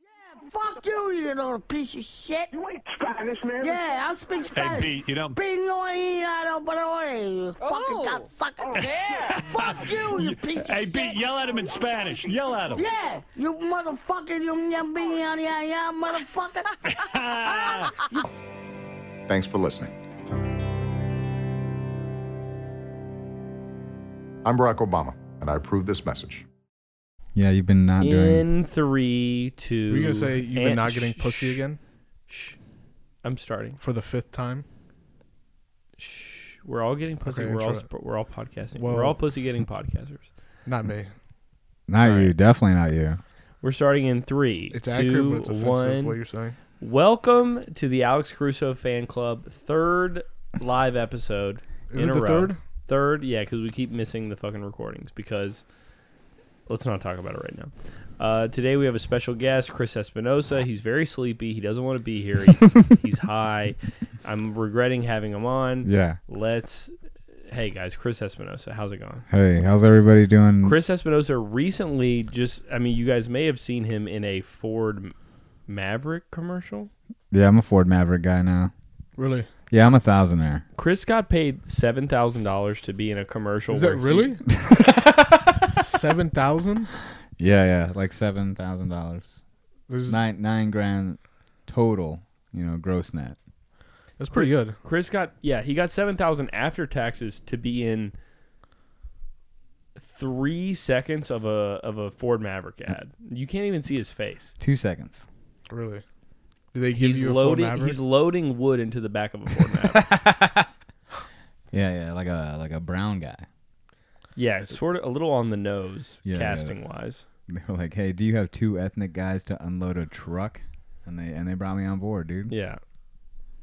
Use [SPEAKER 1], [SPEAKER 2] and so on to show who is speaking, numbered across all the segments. [SPEAKER 1] Yeah, fuck you, you little piece of shit.
[SPEAKER 2] You ain't Spanish, man.
[SPEAKER 1] Yeah, I speak Spanish.
[SPEAKER 3] Pete, you don't-
[SPEAKER 1] Pinoyado, Pinoy, you eh, fucking
[SPEAKER 4] Oh.
[SPEAKER 1] cocksucker.
[SPEAKER 4] Yeah.
[SPEAKER 1] Fuck you, you piece of
[SPEAKER 3] Hey,
[SPEAKER 1] shit.
[SPEAKER 3] Pete, yell at him in Spanish. Yell at him.
[SPEAKER 1] Yeah, you motherfucker, you yummy, motherfucker.
[SPEAKER 5] Thanks for listening. I'm Barack Obama, and I approve this message.
[SPEAKER 6] Yeah, you've been not doing.
[SPEAKER 7] In three, two.
[SPEAKER 8] Were you gonna say you've been
[SPEAKER 7] and-
[SPEAKER 8] not getting
[SPEAKER 7] shh,
[SPEAKER 8] pussy
[SPEAKER 7] shh,
[SPEAKER 8] again
[SPEAKER 7] Shh. I'm starting.
[SPEAKER 8] for the fifth time?
[SPEAKER 7] Shh. We're all getting pussy.
[SPEAKER 8] Okay,
[SPEAKER 7] we're all
[SPEAKER 8] intro
[SPEAKER 7] sp- we're all podcasting.
[SPEAKER 8] Well-
[SPEAKER 7] we're all pussy getting podcasters.
[SPEAKER 8] Not me.
[SPEAKER 6] Not
[SPEAKER 7] All
[SPEAKER 6] you.
[SPEAKER 7] right.
[SPEAKER 6] Definitely not you.
[SPEAKER 7] We're starting in three,
[SPEAKER 8] It's
[SPEAKER 7] two,
[SPEAKER 8] accurate, but it's offensive.
[SPEAKER 7] one.
[SPEAKER 8] What you're saying?
[SPEAKER 7] Welcome to the Alex Crusoe Fan Club third live episode.
[SPEAKER 8] Is
[SPEAKER 7] in
[SPEAKER 8] it
[SPEAKER 7] a
[SPEAKER 8] the
[SPEAKER 7] row.
[SPEAKER 8] third?
[SPEAKER 7] Third, yeah, because we keep missing the fucking recordings. Because let's not talk about it right now. Uh, today we have a special guest, Chris Espinosa. He's very sleepy. He doesn't want to be here. He's, he's high. I'm regretting having him on.
[SPEAKER 6] Yeah.
[SPEAKER 7] Let's. Hey guys, Chris Espinosa, how's it going?
[SPEAKER 6] Hey, how's everybody doing?
[SPEAKER 7] Chris Espinosa recently just, I mean, you guys may have seen him in a Ford Maverick commercial.
[SPEAKER 6] Yeah, I'm a Ford Maverick guy now.
[SPEAKER 8] Really?
[SPEAKER 6] Yeah, I'm a thousandaire.
[SPEAKER 7] Chris got paid seven thousand dollars to be in a commercial.
[SPEAKER 8] Is that
[SPEAKER 7] where he-
[SPEAKER 8] really? Seven thousand?
[SPEAKER 6] Yeah, yeah, like seven thousand dollars.
[SPEAKER 8] This is-
[SPEAKER 6] Nine nine grand total. You know, gross net.
[SPEAKER 8] That's pretty good.
[SPEAKER 7] Chris got yeah, he got seven thousand after taxes to be in three seconds of a of a Ford Maverick ad. You can't even see his face.
[SPEAKER 6] Two seconds.
[SPEAKER 8] Really? Do they give
[SPEAKER 7] He's
[SPEAKER 8] you a full
[SPEAKER 7] loading
[SPEAKER 8] Maverick?
[SPEAKER 7] he's loading wood into the back of a Ford Maverick.
[SPEAKER 6] Yeah, yeah, like a like a brown guy.
[SPEAKER 7] yeah, it's sort of a little on the nose
[SPEAKER 6] Yeah, yeah.
[SPEAKER 7] casting wise.
[SPEAKER 6] They were like, "Hey, do you have two ethnic guys to unload a truck?" And they and they brought me on board, dude.
[SPEAKER 7] Yeah.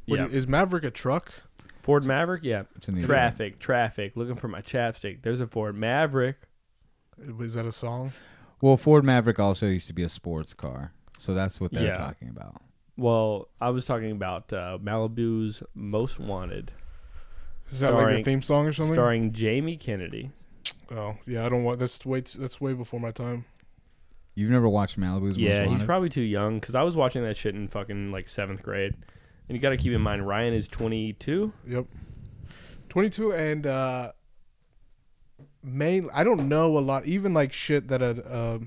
[SPEAKER 8] What do
[SPEAKER 7] Yeah.
[SPEAKER 8] you- Is Maverick a truck?
[SPEAKER 7] Ford Maverick, yeah.
[SPEAKER 6] It's an easy
[SPEAKER 7] Traffic, traffic, looking for my chapstick. There's a Ford Maverick.
[SPEAKER 8] Is that a song?
[SPEAKER 6] Well, Ford Maverick also used to be a sports car, so that's what they're
[SPEAKER 7] Yeah.
[SPEAKER 6] talking about.
[SPEAKER 7] Well, I was talking about uh, Malibu's Most Wanted,
[SPEAKER 8] Is that like
[SPEAKER 7] Starring-
[SPEAKER 8] a theme song or something?
[SPEAKER 7] starring Jamie Kennedy.
[SPEAKER 8] Oh yeah, I don't want. That's way. Too, that's way before my time.
[SPEAKER 6] You've never watched Malibu's Most
[SPEAKER 7] Yeah, he's
[SPEAKER 6] Wanted?
[SPEAKER 7] probably too young because I was watching that shit in fucking like seventh grade. And you got to keep in mind, Ryan is 22.
[SPEAKER 8] Yep. Twenty-two and uh, main. I don't know a lot. Even like shit that a uh,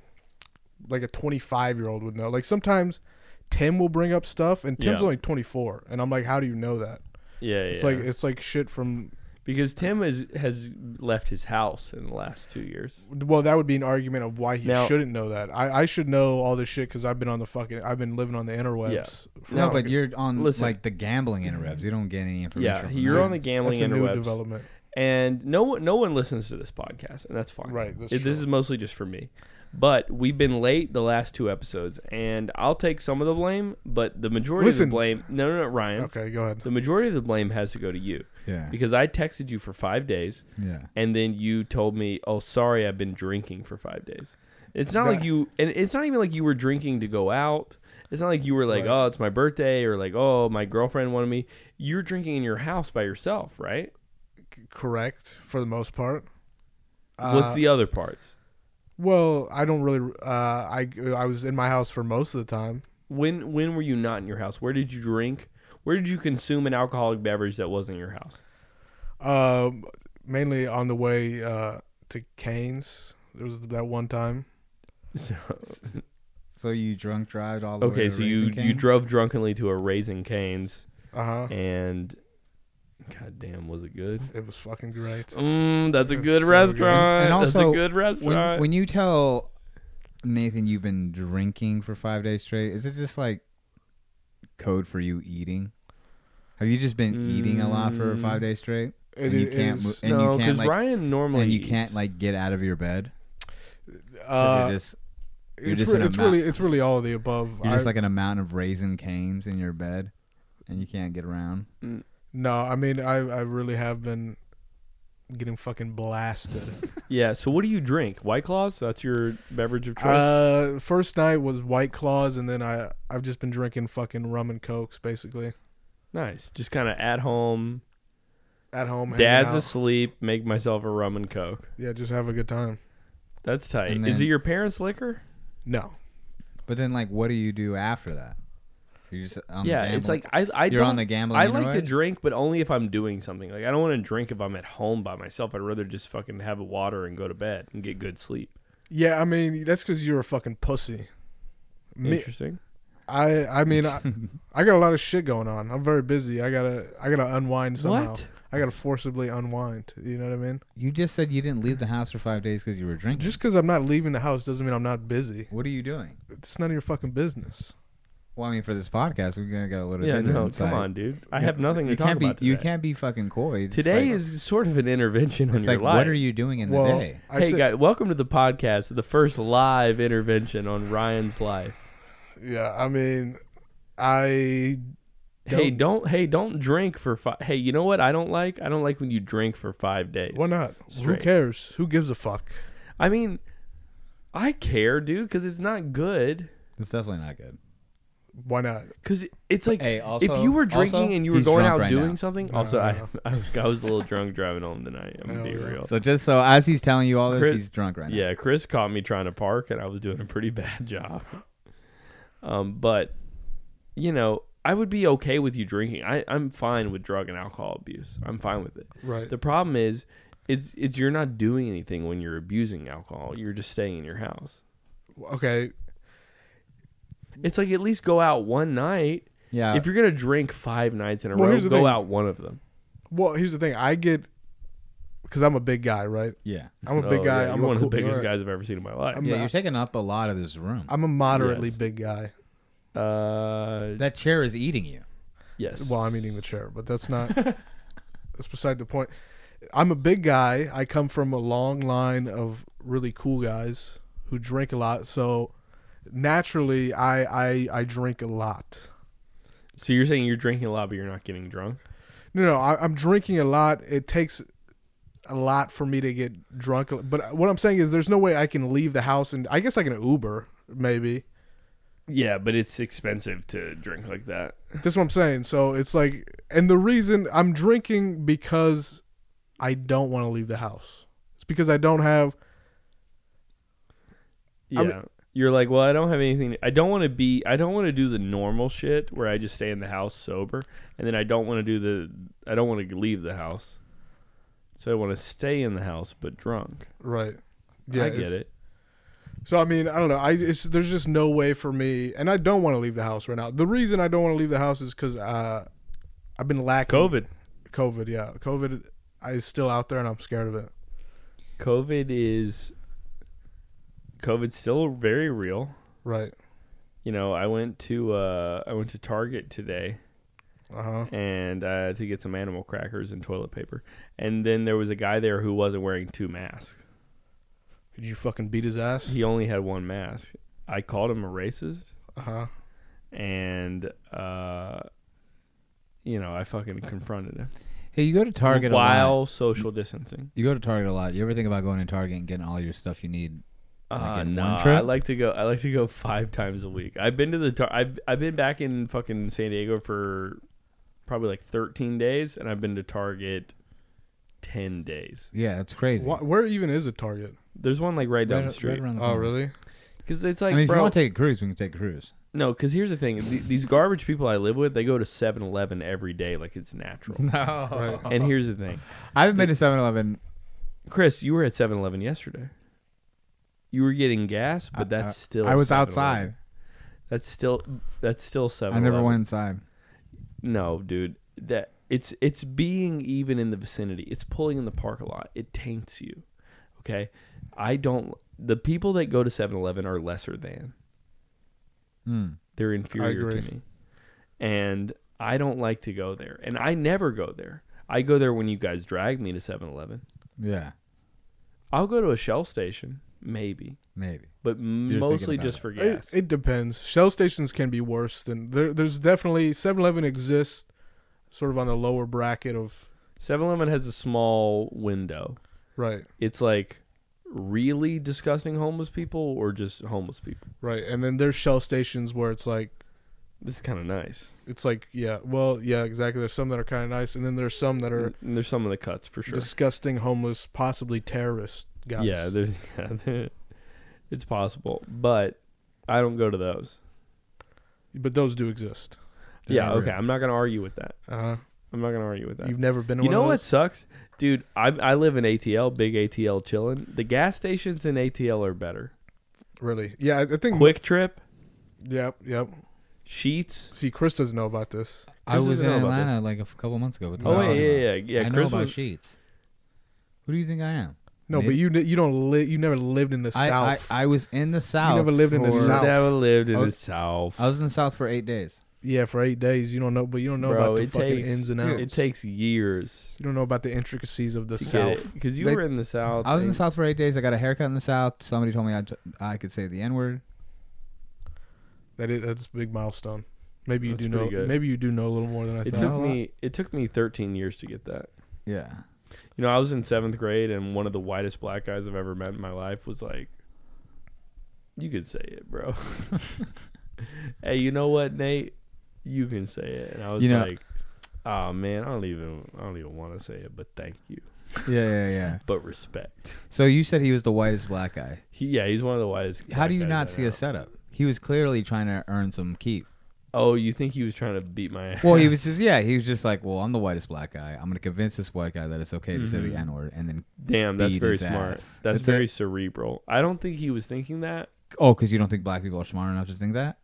[SPEAKER 8] like a twenty-five-year-old would know. Like sometimes Tim will bring up stuff, and Tim's
[SPEAKER 7] Yeah.
[SPEAKER 8] only twenty-four, and I'm like, how do you know that?
[SPEAKER 7] Yeah,
[SPEAKER 8] It's
[SPEAKER 7] yeah.
[SPEAKER 8] like it's like shit from.
[SPEAKER 7] because Tim is, has left his house in the last two years.
[SPEAKER 8] Well, that would be an argument of why he
[SPEAKER 7] Now-
[SPEAKER 8] shouldn't know that. I, I should know all this shit because I've been on the fucking. I've been living on the interwebs. for
[SPEAKER 6] no,
[SPEAKER 7] No,
[SPEAKER 6] but you're on
[SPEAKER 7] listen.
[SPEAKER 6] like the gambling interwebs. You don't get any information.
[SPEAKER 7] Yeah,
[SPEAKER 6] from
[SPEAKER 7] you're
[SPEAKER 6] that.
[SPEAKER 7] on the gambling
[SPEAKER 8] that's a new
[SPEAKER 7] interwebs,
[SPEAKER 8] development.
[SPEAKER 7] and no one no one listens to this podcast, and that's fine.
[SPEAKER 8] Right, that's
[SPEAKER 7] It- this
[SPEAKER 8] true.
[SPEAKER 7] is mostly just for me. But we've been late the last two episodes, and I'll take some of the blame, but the majority of
[SPEAKER 8] Listen.
[SPEAKER 7] the blame. No, no, no, Ryan.
[SPEAKER 8] Okay, go ahead.
[SPEAKER 7] The majority of the blame has to go to you.
[SPEAKER 6] Yeah.
[SPEAKER 7] Because I texted you for five days.
[SPEAKER 6] Yeah.
[SPEAKER 7] And then you told me, "Oh, sorry, I've been drinking for five days." It's not like
[SPEAKER 8] That-
[SPEAKER 7] you, and it's not even like you were drinking to go out. It's not like you were like, "Oh, it's my birthday," or like, "Oh, my girlfriend wanted me." You're drinking in your house by yourself, right?
[SPEAKER 8] Correct for the most part.
[SPEAKER 6] Uh,
[SPEAKER 7] What's the other parts?
[SPEAKER 8] Well, I don't really. Uh, I I was in my house for most of the time.
[SPEAKER 7] When when were you not in your house? Where did you drink? Where did you consume an alcoholic beverage that wasn't in your house?
[SPEAKER 8] Um, mainly on the way uh, to Canes. There was that one time.
[SPEAKER 7] So,
[SPEAKER 6] So you drunk drive all the way.
[SPEAKER 7] okay,
[SPEAKER 6] to
[SPEAKER 7] so you
[SPEAKER 6] Raising
[SPEAKER 7] you
[SPEAKER 6] Cane's?
[SPEAKER 7] drove drunkenly to a Raising Canes,
[SPEAKER 8] Uh huh.
[SPEAKER 7] and goddamn, was it good?
[SPEAKER 8] It was fucking great.
[SPEAKER 7] Mm, that's a
[SPEAKER 8] That's
[SPEAKER 7] good
[SPEAKER 8] so good.
[SPEAKER 7] restaurant.
[SPEAKER 6] And also,
[SPEAKER 7] that's a good restaurant.
[SPEAKER 6] When, when you tell Nathan you've been drinking for five days straight, is it just like code for you eating? Have you just been eating a lot for
[SPEAKER 7] Mm.
[SPEAKER 6] five days straight?
[SPEAKER 8] It
[SPEAKER 6] and you
[SPEAKER 8] is-
[SPEAKER 6] can't move, and
[SPEAKER 7] no,
[SPEAKER 6] you
[SPEAKER 7] because
[SPEAKER 6] can't like,
[SPEAKER 7] Ryan normally
[SPEAKER 6] and you can't
[SPEAKER 7] eats.
[SPEAKER 6] like get out of your bed. 'Cause
[SPEAKER 8] Uh,
[SPEAKER 6] you're just you're
[SPEAKER 8] it's
[SPEAKER 6] just
[SPEAKER 8] re-
[SPEAKER 6] in a
[SPEAKER 8] it's
[SPEAKER 6] mou-
[SPEAKER 8] really it's really all of the above.
[SPEAKER 6] you're
[SPEAKER 8] I-
[SPEAKER 6] just like an amount of raisin canes in your bed, and you can't get around.
[SPEAKER 8] no, I mean I I really have been getting fucking blasted.
[SPEAKER 7] yeah. So what do you drink? White claws. That's your beverage of choice.
[SPEAKER 8] uh, first night was White Claws, and then I I've just been drinking fucking rum and cokes basically
[SPEAKER 7] nice. Just kind of at home.
[SPEAKER 8] at home. hanging
[SPEAKER 7] Dad's
[SPEAKER 8] out.
[SPEAKER 7] asleep. Make myself a rum and coke.
[SPEAKER 8] yeah, just have a good time.
[SPEAKER 7] That's tight.
[SPEAKER 6] And
[SPEAKER 7] Is
[SPEAKER 6] then-
[SPEAKER 7] it your parents' liquor?
[SPEAKER 8] No,
[SPEAKER 6] But then, like, what do you do after that? You just on the
[SPEAKER 7] yeah, it's
[SPEAKER 6] gamble?
[SPEAKER 7] like I I
[SPEAKER 6] You're on
[SPEAKER 7] don't-
[SPEAKER 6] the gambling
[SPEAKER 7] I like to
[SPEAKER 6] anyways?
[SPEAKER 7] drink, but only if I'm doing something. Like I don't want to drink if I'm at home by myself. I'd rather just fucking have a water and go to bed and get good sleep.
[SPEAKER 8] Yeah, I mean that's because you're a fucking pussy. Me,
[SPEAKER 7] Interesting.
[SPEAKER 8] I I mean I, I got a lot of shit going on. I'm very busy. I gotta I gotta unwind somehow.
[SPEAKER 7] What?
[SPEAKER 8] I gotta forcibly unwind. You know what I mean?
[SPEAKER 6] you just said you didn't leave the house for five days because you were drinking.
[SPEAKER 8] Just because I'm not leaving the house doesn't mean I'm not busy.
[SPEAKER 6] what are you doing?
[SPEAKER 8] It's none of your fucking business.
[SPEAKER 6] Well, I mean, for this podcast, we're gonna get a little
[SPEAKER 7] Yeah,
[SPEAKER 6] bit.
[SPEAKER 7] no,
[SPEAKER 6] inside.
[SPEAKER 7] come on, dude. I have nothing
[SPEAKER 6] you
[SPEAKER 7] to talk
[SPEAKER 6] can't be,
[SPEAKER 7] about today.
[SPEAKER 6] You can't be fucking coy. It's
[SPEAKER 7] Today
[SPEAKER 6] like-
[SPEAKER 7] is sort of an intervention on
[SPEAKER 6] It's
[SPEAKER 7] your
[SPEAKER 6] like,
[SPEAKER 7] life.
[SPEAKER 6] what are you doing in
[SPEAKER 8] well,
[SPEAKER 6] the day?
[SPEAKER 8] I
[SPEAKER 7] hey
[SPEAKER 8] said,
[SPEAKER 7] guys, welcome to the podcast, the first live intervention on Ryan's life.
[SPEAKER 8] yeah, I mean, I
[SPEAKER 7] Hey, don't hey, don't drink for five. Hey, you know what I don't like? I don't like when you drink for five days.
[SPEAKER 8] why not?
[SPEAKER 7] Straight.
[SPEAKER 8] Who cares? Who gives a fuck?
[SPEAKER 7] I mean, I care, dude, because it's not good.
[SPEAKER 6] It's definitely not good.
[SPEAKER 8] Why not?
[SPEAKER 7] Because it's like
[SPEAKER 6] Hey, also-
[SPEAKER 7] if you were drinking
[SPEAKER 6] also,
[SPEAKER 7] and you were
[SPEAKER 6] he's
[SPEAKER 7] going
[SPEAKER 6] drunk
[SPEAKER 7] out
[SPEAKER 6] right
[SPEAKER 7] doing
[SPEAKER 6] now.
[SPEAKER 7] something. also, I, I I was a little drunk driving home tonight. I'm
[SPEAKER 6] Oh,
[SPEAKER 7] gonna be real.
[SPEAKER 6] So just so as he's telling you all this,
[SPEAKER 7] Oh. Chris-
[SPEAKER 6] he's drunk right now.
[SPEAKER 7] Yeah, Chris caught me trying to park, and I was doing a pretty bad job. Um, but you know, I would be okay with you drinking. I, I'm fine with drug and alcohol abuse. I'm fine with it.
[SPEAKER 8] Right.
[SPEAKER 7] The problem is, it's it's you're not doing anything when you're abusing alcohol. You're just staying in your house.
[SPEAKER 8] Okay.
[SPEAKER 7] It's like at least go out one night.
[SPEAKER 6] Yeah.
[SPEAKER 7] If you're gonna drink five nights in a
[SPEAKER 8] Well,
[SPEAKER 7] row,
[SPEAKER 8] here's
[SPEAKER 7] go
[SPEAKER 8] the thing.
[SPEAKER 7] out one of them.
[SPEAKER 8] Well, here's the thing. I get because I'm a big guy, right?
[SPEAKER 6] Yeah.
[SPEAKER 8] I'm a
[SPEAKER 7] Oh,
[SPEAKER 8] big guy.
[SPEAKER 7] yeah,
[SPEAKER 8] I'm
[SPEAKER 7] you're one
[SPEAKER 8] a
[SPEAKER 7] of
[SPEAKER 8] cool,
[SPEAKER 7] the biggest guys I've ever seen in my life.
[SPEAKER 8] I'm
[SPEAKER 6] Yeah,
[SPEAKER 8] a-
[SPEAKER 6] you're taking up a lot of this room.
[SPEAKER 8] I'm a moderately
[SPEAKER 7] Yes.
[SPEAKER 8] big guy.
[SPEAKER 7] Uh,
[SPEAKER 6] that chair is eating you.
[SPEAKER 7] yes.
[SPEAKER 8] Well, I'm eating the chair, but that's not. that's beside the point. I'm a big guy. I come from a long line of really cool guys who drink a lot. So naturally, I I, I drink a lot.
[SPEAKER 7] so you're saying you're drinking a lot, but you're not getting drunk.
[SPEAKER 8] No, no, I, I'm drinking a lot. It takes a lot for me to get drunk. But what I'm saying is, there's no way I can leave the house, and I guess I can Uber maybe.
[SPEAKER 7] Yeah, but it's expensive to drink like that.
[SPEAKER 8] That's what I'm saying. So it's like, and the reason I'm drinking because I don't want to leave the house. It's because I don't have.
[SPEAKER 7] Yeah. You're like, well, I don't have anything. I don't want to be. I don't want to do the normal shit where I just stay in the house sober, and then I don't want to do the. I don't want to leave the house, so I want to stay in the house but drunk.
[SPEAKER 8] Right.
[SPEAKER 7] I
[SPEAKER 8] it's-
[SPEAKER 7] get it.
[SPEAKER 8] So I mean, I don't know. I it's, there's just no way for me, and I don't want to leave the house right now. The reason I don't want to leave the house is because uh, I've been lacking
[SPEAKER 7] COVID.
[SPEAKER 8] COVID, yeah, COVID is still out there, and I'm scared of it.
[SPEAKER 7] COVID is. COVID's still very real.
[SPEAKER 8] Right.
[SPEAKER 7] You know, I went to uh, I went to Target today
[SPEAKER 8] Uh huh.
[SPEAKER 7] and uh, to get some animal crackers and toilet paper, and then there was a guy there who wasn't wearing two masks.
[SPEAKER 8] Did you fucking beat his ass?
[SPEAKER 7] he only had one mask. I called him a racist,
[SPEAKER 8] Uh huh.
[SPEAKER 7] and uh, you know, I fucking confronted him
[SPEAKER 6] Hey, you go to Target a lot.
[SPEAKER 7] while social distancing.
[SPEAKER 6] You go to Target a lot. You ever think about going to Target and getting all your stuff you need?
[SPEAKER 7] Uh,
[SPEAKER 6] in
[SPEAKER 7] nah,
[SPEAKER 6] one trip?
[SPEAKER 7] I like to go. I like to go five times a week. I've been to the. Tar- I've I've been back in fucking San Diego for probably like thirteen days, and I've been to Target ten days.
[SPEAKER 6] Yeah, that's crazy.
[SPEAKER 8] Wh- where even is a Target?
[SPEAKER 7] There's one like right down
[SPEAKER 6] Right-
[SPEAKER 7] the street.
[SPEAKER 6] right around the
[SPEAKER 8] Oh,
[SPEAKER 6] corner.
[SPEAKER 8] really?
[SPEAKER 7] Because it's like,
[SPEAKER 6] I mean, if you
[SPEAKER 7] bro,
[SPEAKER 6] want to take a cruise, we can take a cruise.
[SPEAKER 7] no. Because here's the thing: th- these garbage people I live with, they go to 7-Eleven every day, like it's natural.
[SPEAKER 6] No.
[SPEAKER 8] Uh-huh.
[SPEAKER 7] And
[SPEAKER 6] Uh-huh.
[SPEAKER 7] here's the thing.
[SPEAKER 6] I haven't been to 7 Eleven.
[SPEAKER 7] Chris, you were at 7-Eleven yesterday. You were getting gas, but that's still
[SPEAKER 6] I was
[SPEAKER 7] 7-Eleven.
[SPEAKER 6] outside.
[SPEAKER 7] That's still that's still 7-Eleven.
[SPEAKER 6] I never went inside.
[SPEAKER 7] No, dude. That it's it's being even in the vicinity. It's pulling in the park a lot. It taints you. Okay? I don't the people that go to 7-Eleven are lesser than.
[SPEAKER 6] Hmm.
[SPEAKER 7] They're inferior to
[SPEAKER 8] agree.
[SPEAKER 7] me. And I don't like to go there. And I never go there. I go there when you guys drag me to 7-Eleven.
[SPEAKER 6] Yeah,
[SPEAKER 7] I'll go to a Shell station, maybe.
[SPEAKER 6] maybe.
[SPEAKER 7] but
[SPEAKER 6] thinking
[SPEAKER 7] mostly
[SPEAKER 6] about
[SPEAKER 7] just
[SPEAKER 6] it.
[SPEAKER 7] for
[SPEAKER 8] It-
[SPEAKER 7] gas.
[SPEAKER 8] It, depends. Shell stations can be worse than there. There's definitely 7-Eleven exists, sort of on the lower bracket of
[SPEAKER 7] 7-Eleven has a small window.
[SPEAKER 8] right,
[SPEAKER 7] It's like really disgusting homeless people or just homeless people.
[SPEAKER 8] right, and then there's Shell stations where it's like
[SPEAKER 7] This is kind of nice.
[SPEAKER 8] it's like yeah, well, yeah, exactly. There's some that are kind of nice, and then there's some that are
[SPEAKER 7] And there's some of the cuts for sure.
[SPEAKER 8] disgusting, homeless, possibly terrorist guys.
[SPEAKER 7] Yeah, there's yeah, there- it's possible, but I don't go to those.
[SPEAKER 8] But those do exist.
[SPEAKER 7] yeah,
[SPEAKER 6] never-
[SPEAKER 7] okay. I'm not gonna argue with that.
[SPEAKER 8] Uh,
[SPEAKER 7] I'm not gonna argue with that.
[SPEAKER 8] you've never been. To
[SPEAKER 7] You
[SPEAKER 8] one
[SPEAKER 7] know
[SPEAKER 8] of
[SPEAKER 7] what
[SPEAKER 8] those?
[SPEAKER 7] sucks, dude? I I live in ATL, big ATL, chilling. The gas stations in ATL are better.
[SPEAKER 8] Really? Yeah, I I think.
[SPEAKER 7] Quick Trip,
[SPEAKER 8] Yep, yep.
[SPEAKER 7] Sheets.
[SPEAKER 8] See, Chris doesn't know about this.
[SPEAKER 6] I
[SPEAKER 7] Chris
[SPEAKER 6] was in
[SPEAKER 7] doesn't know about
[SPEAKER 6] Atlanta like a f- couple months ago. What the
[SPEAKER 7] Oh,
[SPEAKER 6] hell are you
[SPEAKER 7] yeah,
[SPEAKER 6] talking
[SPEAKER 7] yeah,
[SPEAKER 6] about?
[SPEAKER 7] yeah, yeah.
[SPEAKER 6] I know
[SPEAKER 7] Chris
[SPEAKER 6] about
[SPEAKER 7] was-
[SPEAKER 6] sheets. Who do you think I am?
[SPEAKER 8] No,
[SPEAKER 6] Mid-
[SPEAKER 8] but you you don't live. You never lived in the
[SPEAKER 6] I, I,
[SPEAKER 8] south.
[SPEAKER 6] I was in the South.
[SPEAKER 8] never lived in the
[SPEAKER 6] for-
[SPEAKER 8] South.
[SPEAKER 7] Never lived in
[SPEAKER 6] Oh,
[SPEAKER 7] the South.
[SPEAKER 6] I was in the South for eight days.
[SPEAKER 8] yeah, for eight days. You don't know, but you don't know
[SPEAKER 7] Bro,
[SPEAKER 8] about the
[SPEAKER 7] it
[SPEAKER 8] fucking
[SPEAKER 7] takes-
[SPEAKER 8] ins and outs.
[SPEAKER 6] dude,
[SPEAKER 7] it takes years
[SPEAKER 8] you don't know about the intricacies of the
[SPEAKER 7] to
[SPEAKER 8] south.
[SPEAKER 7] because you
[SPEAKER 6] They-
[SPEAKER 7] were in the South.
[SPEAKER 6] I was in the
[SPEAKER 7] and-
[SPEAKER 6] South for eight days. I got a haircut in the South. Somebody told me I, I could say the N word.
[SPEAKER 8] That is that's a big milestone. Maybe you
[SPEAKER 7] That's
[SPEAKER 8] do know.
[SPEAKER 7] pretty good.
[SPEAKER 8] Maybe you do know a little more than I
[SPEAKER 7] It
[SPEAKER 8] thought.
[SPEAKER 7] took
[SPEAKER 6] a lot.
[SPEAKER 7] me it took me 13 years to get that.
[SPEAKER 6] Yeah.
[SPEAKER 7] You know, I was in seventh grade, and one of the whitest black guys I've ever met in my life was like, "You could say it, bro." hey, you know what, Nate? You can say it, and I was
[SPEAKER 6] You know-
[SPEAKER 7] like, "Oh man, I don't even I don't even want to say it, but thank you,
[SPEAKER 6] Yeah, yeah, yeah.
[SPEAKER 7] but respect."
[SPEAKER 6] So you said he was the whitest black guy.
[SPEAKER 7] He, yeah, he's one of the whitest.
[SPEAKER 6] How
[SPEAKER 7] black
[SPEAKER 6] do you
[SPEAKER 7] guys
[SPEAKER 6] not
[SPEAKER 7] I
[SPEAKER 6] see
[SPEAKER 7] know.
[SPEAKER 6] a setup? He was clearly trying to earn some keep.
[SPEAKER 7] Oh, you think he was trying to beat my ass?
[SPEAKER 6] Well, he was just yeah. He was just like, well, I'm the whitest black guy. I'm gonna convince this white guy that it's okay to say the N word, and then
[SPEAKER 7] Damn, that's
[SPEAKER 6] beat
[SPEAKER 7] very
[SPEAKER 6] his
[SPEAKER 7] smart.
[SPEAKER 6] ass.
[SPEAKER 7] That's
[SPEAKER 6] That's
[SPEAKER 7] very
[SPEAKER 6] it.
[SPEAKER 7] cerebral. I don't think he was thinking that.
[SPEAKER 6] oh, because you don't think black people are smart enough to think that.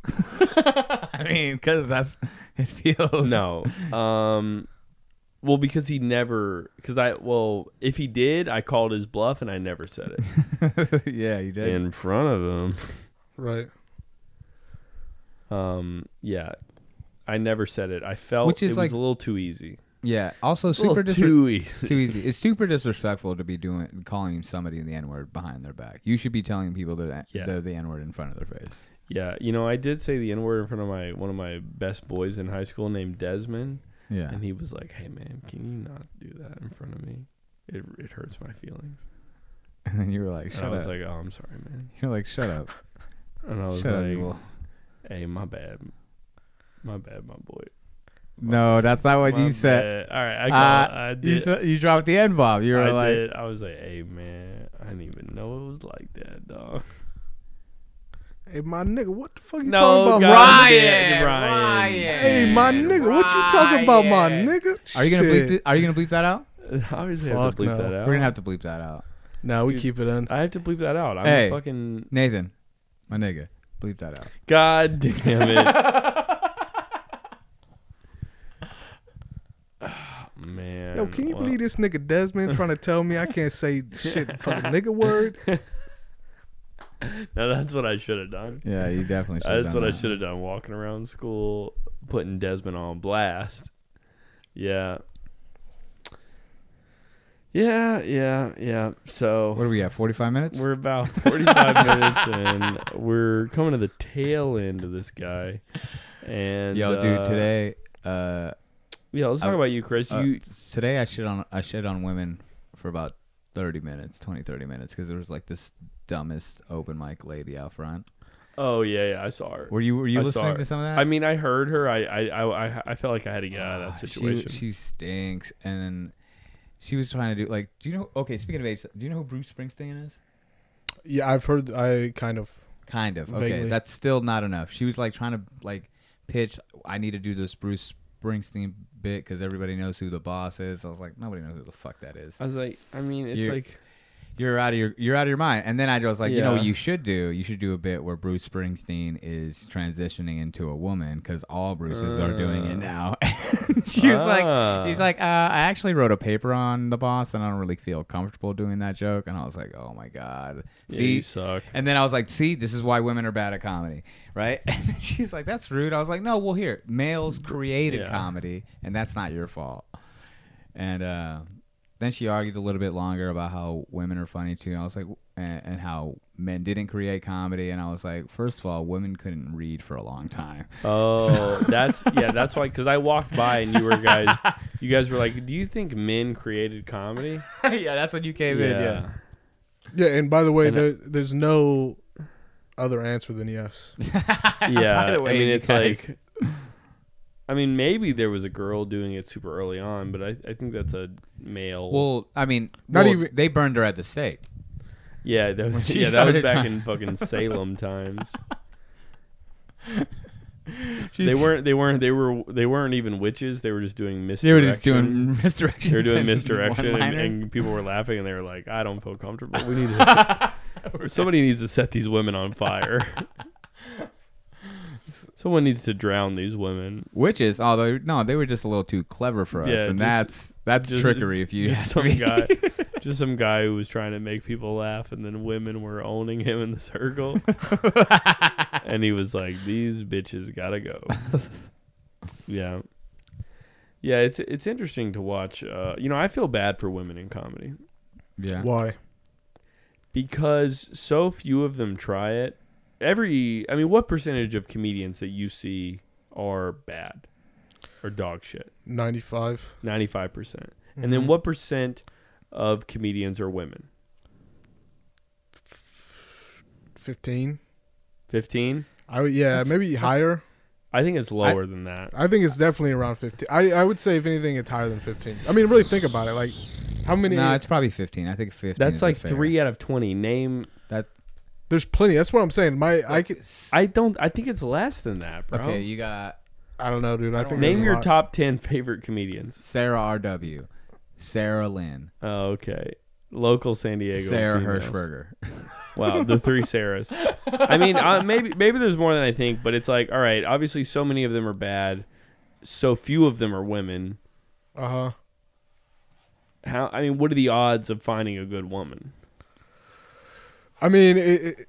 [SPEAKER 6] I mean, because that's it feels
[SPEAKER 7] No. Um well because he never cuz I well if he did I called his bluff and I never said it
[SPEAKER 6] yeah, you did.
[SPEAKER 7] in front of
[SPEAKER 8] Right.
[SPEAKER 7] him. Um yeah. I never said it. I felt
[SPEAKER 6] Which is
[SPEAKER 7] it
[SPEAKER 6] like-
[SPEAKER 7] was a little too easy.
[SPEAKER 6] yeah. Also,
[SPEAKER 7] A
[SPEAKER 6] super
[SPEAKER 7] little too easy.
[SPEAKER 6] too easy. It's super disrespectful to be doing calling somebody the N word behind their back. You should be telling people that
[SPEAKER 7] Yeah.
[SPEAKER 6] they're the N word in front of their face.
[SPEAKER 7] Yeah, you know, I did say the n-word in front of my one of my best boys in high school named Desmond
[SPEAKER 6] Yeah.
[SPEAKER 7] and he was like, "Hey man, can you not do that in front of me? It it hurts my feelings."
[SPEAKER 6] And then you were like,
[SPEAKER 7] And
[SPEAKER 6] shut
[SPEAKER 7] I
[SPEAKER 6] up.
[SPEAKER 7] was like, "Oh, I'm sorry, man."
[SPEAKER 6] You're like, shut up.
[SPEAKER 7] And I was
[SPEAKER 6] Shut up,
[SPEAKER 7] like,
[SPEAKER 6] you little-
[SPEAKER 7] "Hey, my bad. My bad, my boy."
[SPEAKER 6] No, that's not what
[SPEAKER 7] My
[SPEAKER 6] you said.
[SPEAKER 7] bad. All right, I,
[SPEAKER 6] Uh,
[SPEAKER 7] got, I
[SPEAKER 6] You,
[SPEAKER 7] did.
[SPEAKER 6] said- you dropped the N bomb. You were
[SPEAKER 7] I
[SPEAKER 6] like,
[SPEAKER 7] did. I was like, "Hey, man, I didn't even know it was like that, dog."
[SPEAKER 8] Hey, my nigga, what the fuck you
[SPEAKER 7] No,
[SPEAKER 8] talking about?
[SPEAKER 7] God.
[SPEAKER 8] Ryan?
[SPEAKER 7] Ryan, Ryan.
[SPEAKER 8] Hey, my nigga, what you talking about, my nigga?
[SPEAKER 6] Are you gonna
[SPEAKER 8] Shit.
[SPEAKER 6] bleep? Th- are you gonna bleep that out?
[SPEAKER 7] Obviously, I have
[SPEAKER 8] Fuck
[SPEAKER 7] to bleep
[SPEAKER 8] no.
[SPEAKER 7] that out.
[SPEAKER 6] We're gonna have to bleep that out.
[SPEAKER 8] No, we
[SPEAKER 7] Dude.
[SPEAKER 8] keep it in.
[SPEAKER 7] I have to bleep that out. I'm
[SPEAKER 6] Hey.
[SPEAKER 7] fucking
[SPEAKER 6] Nathan, my nigga, bleep that out.
[SPEAKER 7] god damn it, man.
[SPEAKER 8] Yo, can you
[SPEAKER 7] Well,
[SPEAKER 8] believe this nigga Desmond trying to tell me I can't say shit fucking nigga word?
[SPEAKER 7] No, that's what I should have done.
[SPEAKER 6] Yeah, you definitely should.
[SPEAKER 7] That's what I should have done. Walking around school, putting Desmond on blast. Yeah. Yeah, yeah, yeah.
[SPEAKER 6] What
[SPEAKER 7] So
[SPEAKER 6] are we at? Forty-five minutes.
[SPEAKER 7] we're about 45 minutes and we're coming to the tail end of this guy. And
[SPEAKER 6] Yo,
[SPEAKER 7] uh,
[SPEAKER 6] dude, today, uh,
[SPEAKER 7] Yeah, let's talk
[SPEAKER 6] I-
[SPEAKER 7] about you, Chris.
[SPEAKER 6] uh,
[SPEAKER 7] you
[SPEAKER 6] today I shit on I shit on women for about thirty minutes, 20, 30 minutes, because there was like this dumbest open mic lady out front.
[SPEAKER 7] Oh, yeah, yeah, I saw her.
[SPEAKER 6] Were you were you
[SPEAKER 7] I saw
[SPEAKER 6] listening
[SPEAKER 7] her.
[SPEAKER 6] to some of that?
[SPEAKER 7] I mean, I heard her. I I I I- I felt like I had to get out of that
[SPEAKER 6] Ah, she-
[SPEAKER 7] situation.
[SPEAKER 6] She, stinks, and then she was trying to do like, do you know? Okay, speaking of age, do you know who Bruce Springsteen is?
[SPEAKER 8] Yeah, I've heard. I kind of.
[SPEAKER 6] Kind of. Okay,
[SPEAKER 8] Vaguely.
[SPEAKER 6] that's still not enough. She was like trying to like pitch. I need to do this Bruce Springsteen bit because everybody knows who the boss is. I was like, nobody knows who the fuck that is.
[SPEAKER 7] I was like, I mean, it's
[SPEAKER 6] You-
[SPEAKER 7] like
[SPEAKER 6] You're out of your you're out of your mind. And then I was like, you know,
[SPEAKER 7] Yeah.
[SPEAKER 6] what you should do you should do a bit where Bruce Springsteen is transitioning into a woman because all Bruces are doing it now. she was
[SPEAKER 7] Uh. Ah.
[SPEAKER 6] like, she's like, uh, I actually wrote a paper on the boss, and I don't really feel comfortable doing that joke. And I was like, oh my god,
[SPEAKER 7] Yeah,
[SPEAKER 6] see,
[SPEAKER 7] you suck.
[SPEAKER 6] and then I was like, see, this is why women are bad at comedy, right? And she's like, that's rude. I was like, no, well, here, males created
[SPEAKER 7] Yeah.
[SPEAKER 6] comedy, and that's not your fault. And uh, then she argued a little bit longer about how women are funny too. And I was like, and, and how men didn't create comedy. And I was like, first of all, women couldn't read for a long time.
[SPEAKER 7] Oh, that's yeah. That's why, because I walked by and you were guys, you guys were like, "Do you think men created comedy?"
[SPEAKER 6] yeah, that's when you came in. Yeah.
[SPEAKER 8] Yeah, and by the way,
[SPEAKER 7] And I-
[SPEAKER 8] there, there's no other answer than yes.
[SPEAKER 7] yeah.
[SPEAKER 6] By the way,
[SPEAKER 7] I mean,
[SPEAKER 6] you
[SPEAKER 7] it's
[SPEAKER 6] guys-
[SPEAKER 7] like, I mean, maybe there was a girl doing it super early on, but I, I think that's a male.
[SPEAKER 6] Well, I mean,
[SPEAKER 8] Not
[SPEAKER 6] well,
[SPEAKER 8] even-
[SPEAKER 6] they burned her at the stake.
[SPEAKER 7] Yeah, that was,
[SPEAKER 6] she
[SPEAKER 7] yeah, that was
[SPEAKER 6] started
[SPEAKER 7] back
[SPEAKER 6] trying-
[SPEAKER 7] in fucking Salem times.
[SPEAKER 6] She's-
[SPEAKER 7] they weren't. They weren't. They were. They weren't even witches. They were just doing
[SPEAKER 6] They
[SPEAKER 7] misdirection.
[SPEAKER 6] were just doing misdirection.
[SPEAKER 7] They were doing misdirection, and, and people were laughing, and they were like, "I don't feel comfortable. We need to, somebody needs to set these women on fire. Someone needs to drown these women.
[SPEAKER 6] witches. Although no, they were just a little too clever for us,
[SPEAKER 7] Yeah,
[SPEAKER 6] and
[SPEAKER 7] just-
[SPEAKER 6] that's that's
[SPEAKER 7] just-
[SPEAKER 6] trickery. If you
[SPEAKER 7] Just
[SPEAKER 6] ask
[SPEAKER 7] some
[SPEAKER 6] me,
[SPEAKER 7] guy, just some guy who was trying to make people laugh, and then women were owning him in the circle, and he was like, "These bitches gotta go." yeah, yeah. It's it's interesting to watch. Uh, you know, I feel bad for women in comedy.
[SPEAKER 6] yeah,
[SPEAKER 8] Why?
[SPEAKER 7] because so few of them try it. Every, I mean, what percentage of comedians that you see are bad or dog shit?
[SPEAKER 8] 95.
[SPEAKER 7] 95%. percent And
[SPEAKER 6] Mm-hmm.
[SPEAKER 7] then what percent of comedians are women?
[SPEAKER 8] 15.
[SPEAKER 7] 15?
[SPEAKER 8] I would, yeah, maybe higher.
[SPEAKER 7] I think it's lower than that.
[SPEAKER 8] I think it's definitely around 15. I, I would say, if anything, it's higher than 15. I mean, really think about it. Like, how many?
[SPEAKER 6] no, it's probably fifteen. I think fifteen.
[SPEAKER 7] That's
[SPEAKER 6] is a
[SPEAKER 7] like
[SPEAKER 6] fair-
[SPEAKER 7] 3 out of 20. Name
[SPEAKER 6] That
[SPEAKER 8] there's plenty. That's what I'm saying. My, I could,
[SPEAKER 7] I don't I think it's less than that, bro.
[SPEAKER 6] okay. You got
[SPEAKER 8] I don't know, dude. I think
[SPEAKER 7] Name
[SPEAKER 8] there's a
[SPEAKER 7] your
[SPEAKER 8] lot.
[SPEAKER 7] top 10 favorite comedians.
[SPEAKER 6] Sarah R. W. Sarah Lynn,
[SPEAKER 7] Oh, okay. Local San Diego.
[SPEAKER 6] Sarah
[SPEAKER 7] females.
[SPEAKER 6] Hirschberger.
[SPEAKER 7] Wow, the three Sarahs. I mean, uh, maybe maybe there's more than I think, but it's like, all right, obviously, so many of them are bad, so few of them are women.
[SPEAKER 8] Uh huh.
[SPEAKER 7] How? I mean, what are the odds of finding a good woman?
[SPEAKER 8] I mean, it, it,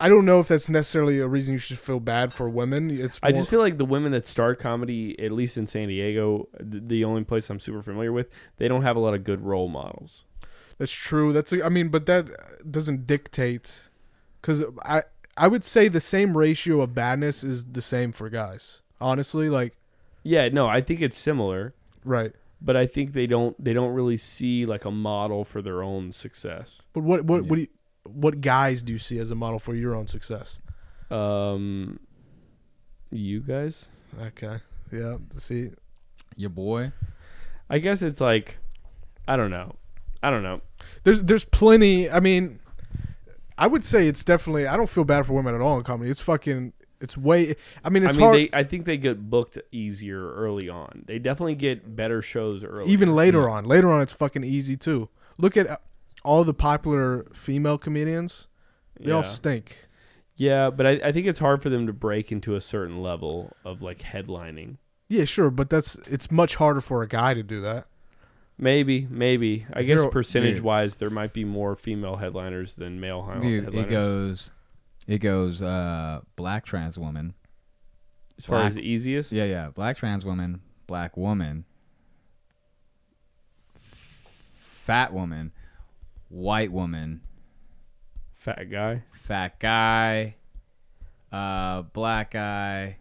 [SPEAKER 8] I don't know if that's necessarily a reason you should feel bad for women. It's
[SPEAKER 7] I
[SPEAKER 8] more-
[SPEAKER 7] just feel like the women that start comedy, at least in San Diego, the, the only place I'm super familiar with, they don't have a lot of good role models.
[SPEAKER 8] that's true. That's I mean, but that doesn't dictate because I I would say the same ratio of badness is the same for guys. Honestly, like
[SPEAKER 7] Yeah, no, I think it's similar,
[SPEAKER 8] right.
[SPEAKER 7] but I think they don't they don't really see like a model for their own success.
[SPEAKER 8] But what what what do you, what guys do you see as a model for your own success?
[SPEAKER 7] Um, you guys.
[SPEAKER 8] Okay. Yeah. See.
[SPEAKER 6] Your boy.
[SPEAKER 7] I guess it's like, I don't know, I don't know.
[SPEAKER 8] there's there's plenty. I mean, I would say it's definitely. I don't feel bad for women at all in comedy. It's fucking. It's way. I mean,
[SPEAKER 7] I
[SPEAKER 8] it's
[SPEAKER 7] mean,
[SPEAKER 8] hard.
[SPEAKER 7] they I think they get booked easier early on. They definitely get better shows early.
[SPEAKER 8] even later on, later on, it's fucking easy too. Look at uh, all the popular female comedians. They all
[SPEAKER 7] Yeah.
[SPEAKER 8] stink.
[SPEAKER 7] yeah, but I, I think it's hard for them to break into a certain level of like headlining.
[SPEAKER 8] Yeah, sure, but that's it's much harder for a guy to do that.
[SPEAKER 7] Maybe, maybe. I
[SPEAKER 8] If
[SPEAKER 7] guess
[SPEAKER 8] you're-
[SPEAKER 7] percentage
[SPEAKER 8] dude.
[SPEAKER 7] wise, there might be more female headliners than male hi-
[SPEAKER 6] Dude,
[SPEAKER 7] headliners.
[SPEAKER 6] it goes, it goes. Uh, black trans woman.
[SPEAKER 7] as far
[SPEAKER 6] black.
[SPEAKER 7] as the easiest.
[SPEAKER 6] Yeah, yeah. Black trans woman, black woman, fat woman, white woman,
[SPEAKER 7] fat guy.
[SPEAKER 6] fat guy, uh, black guy,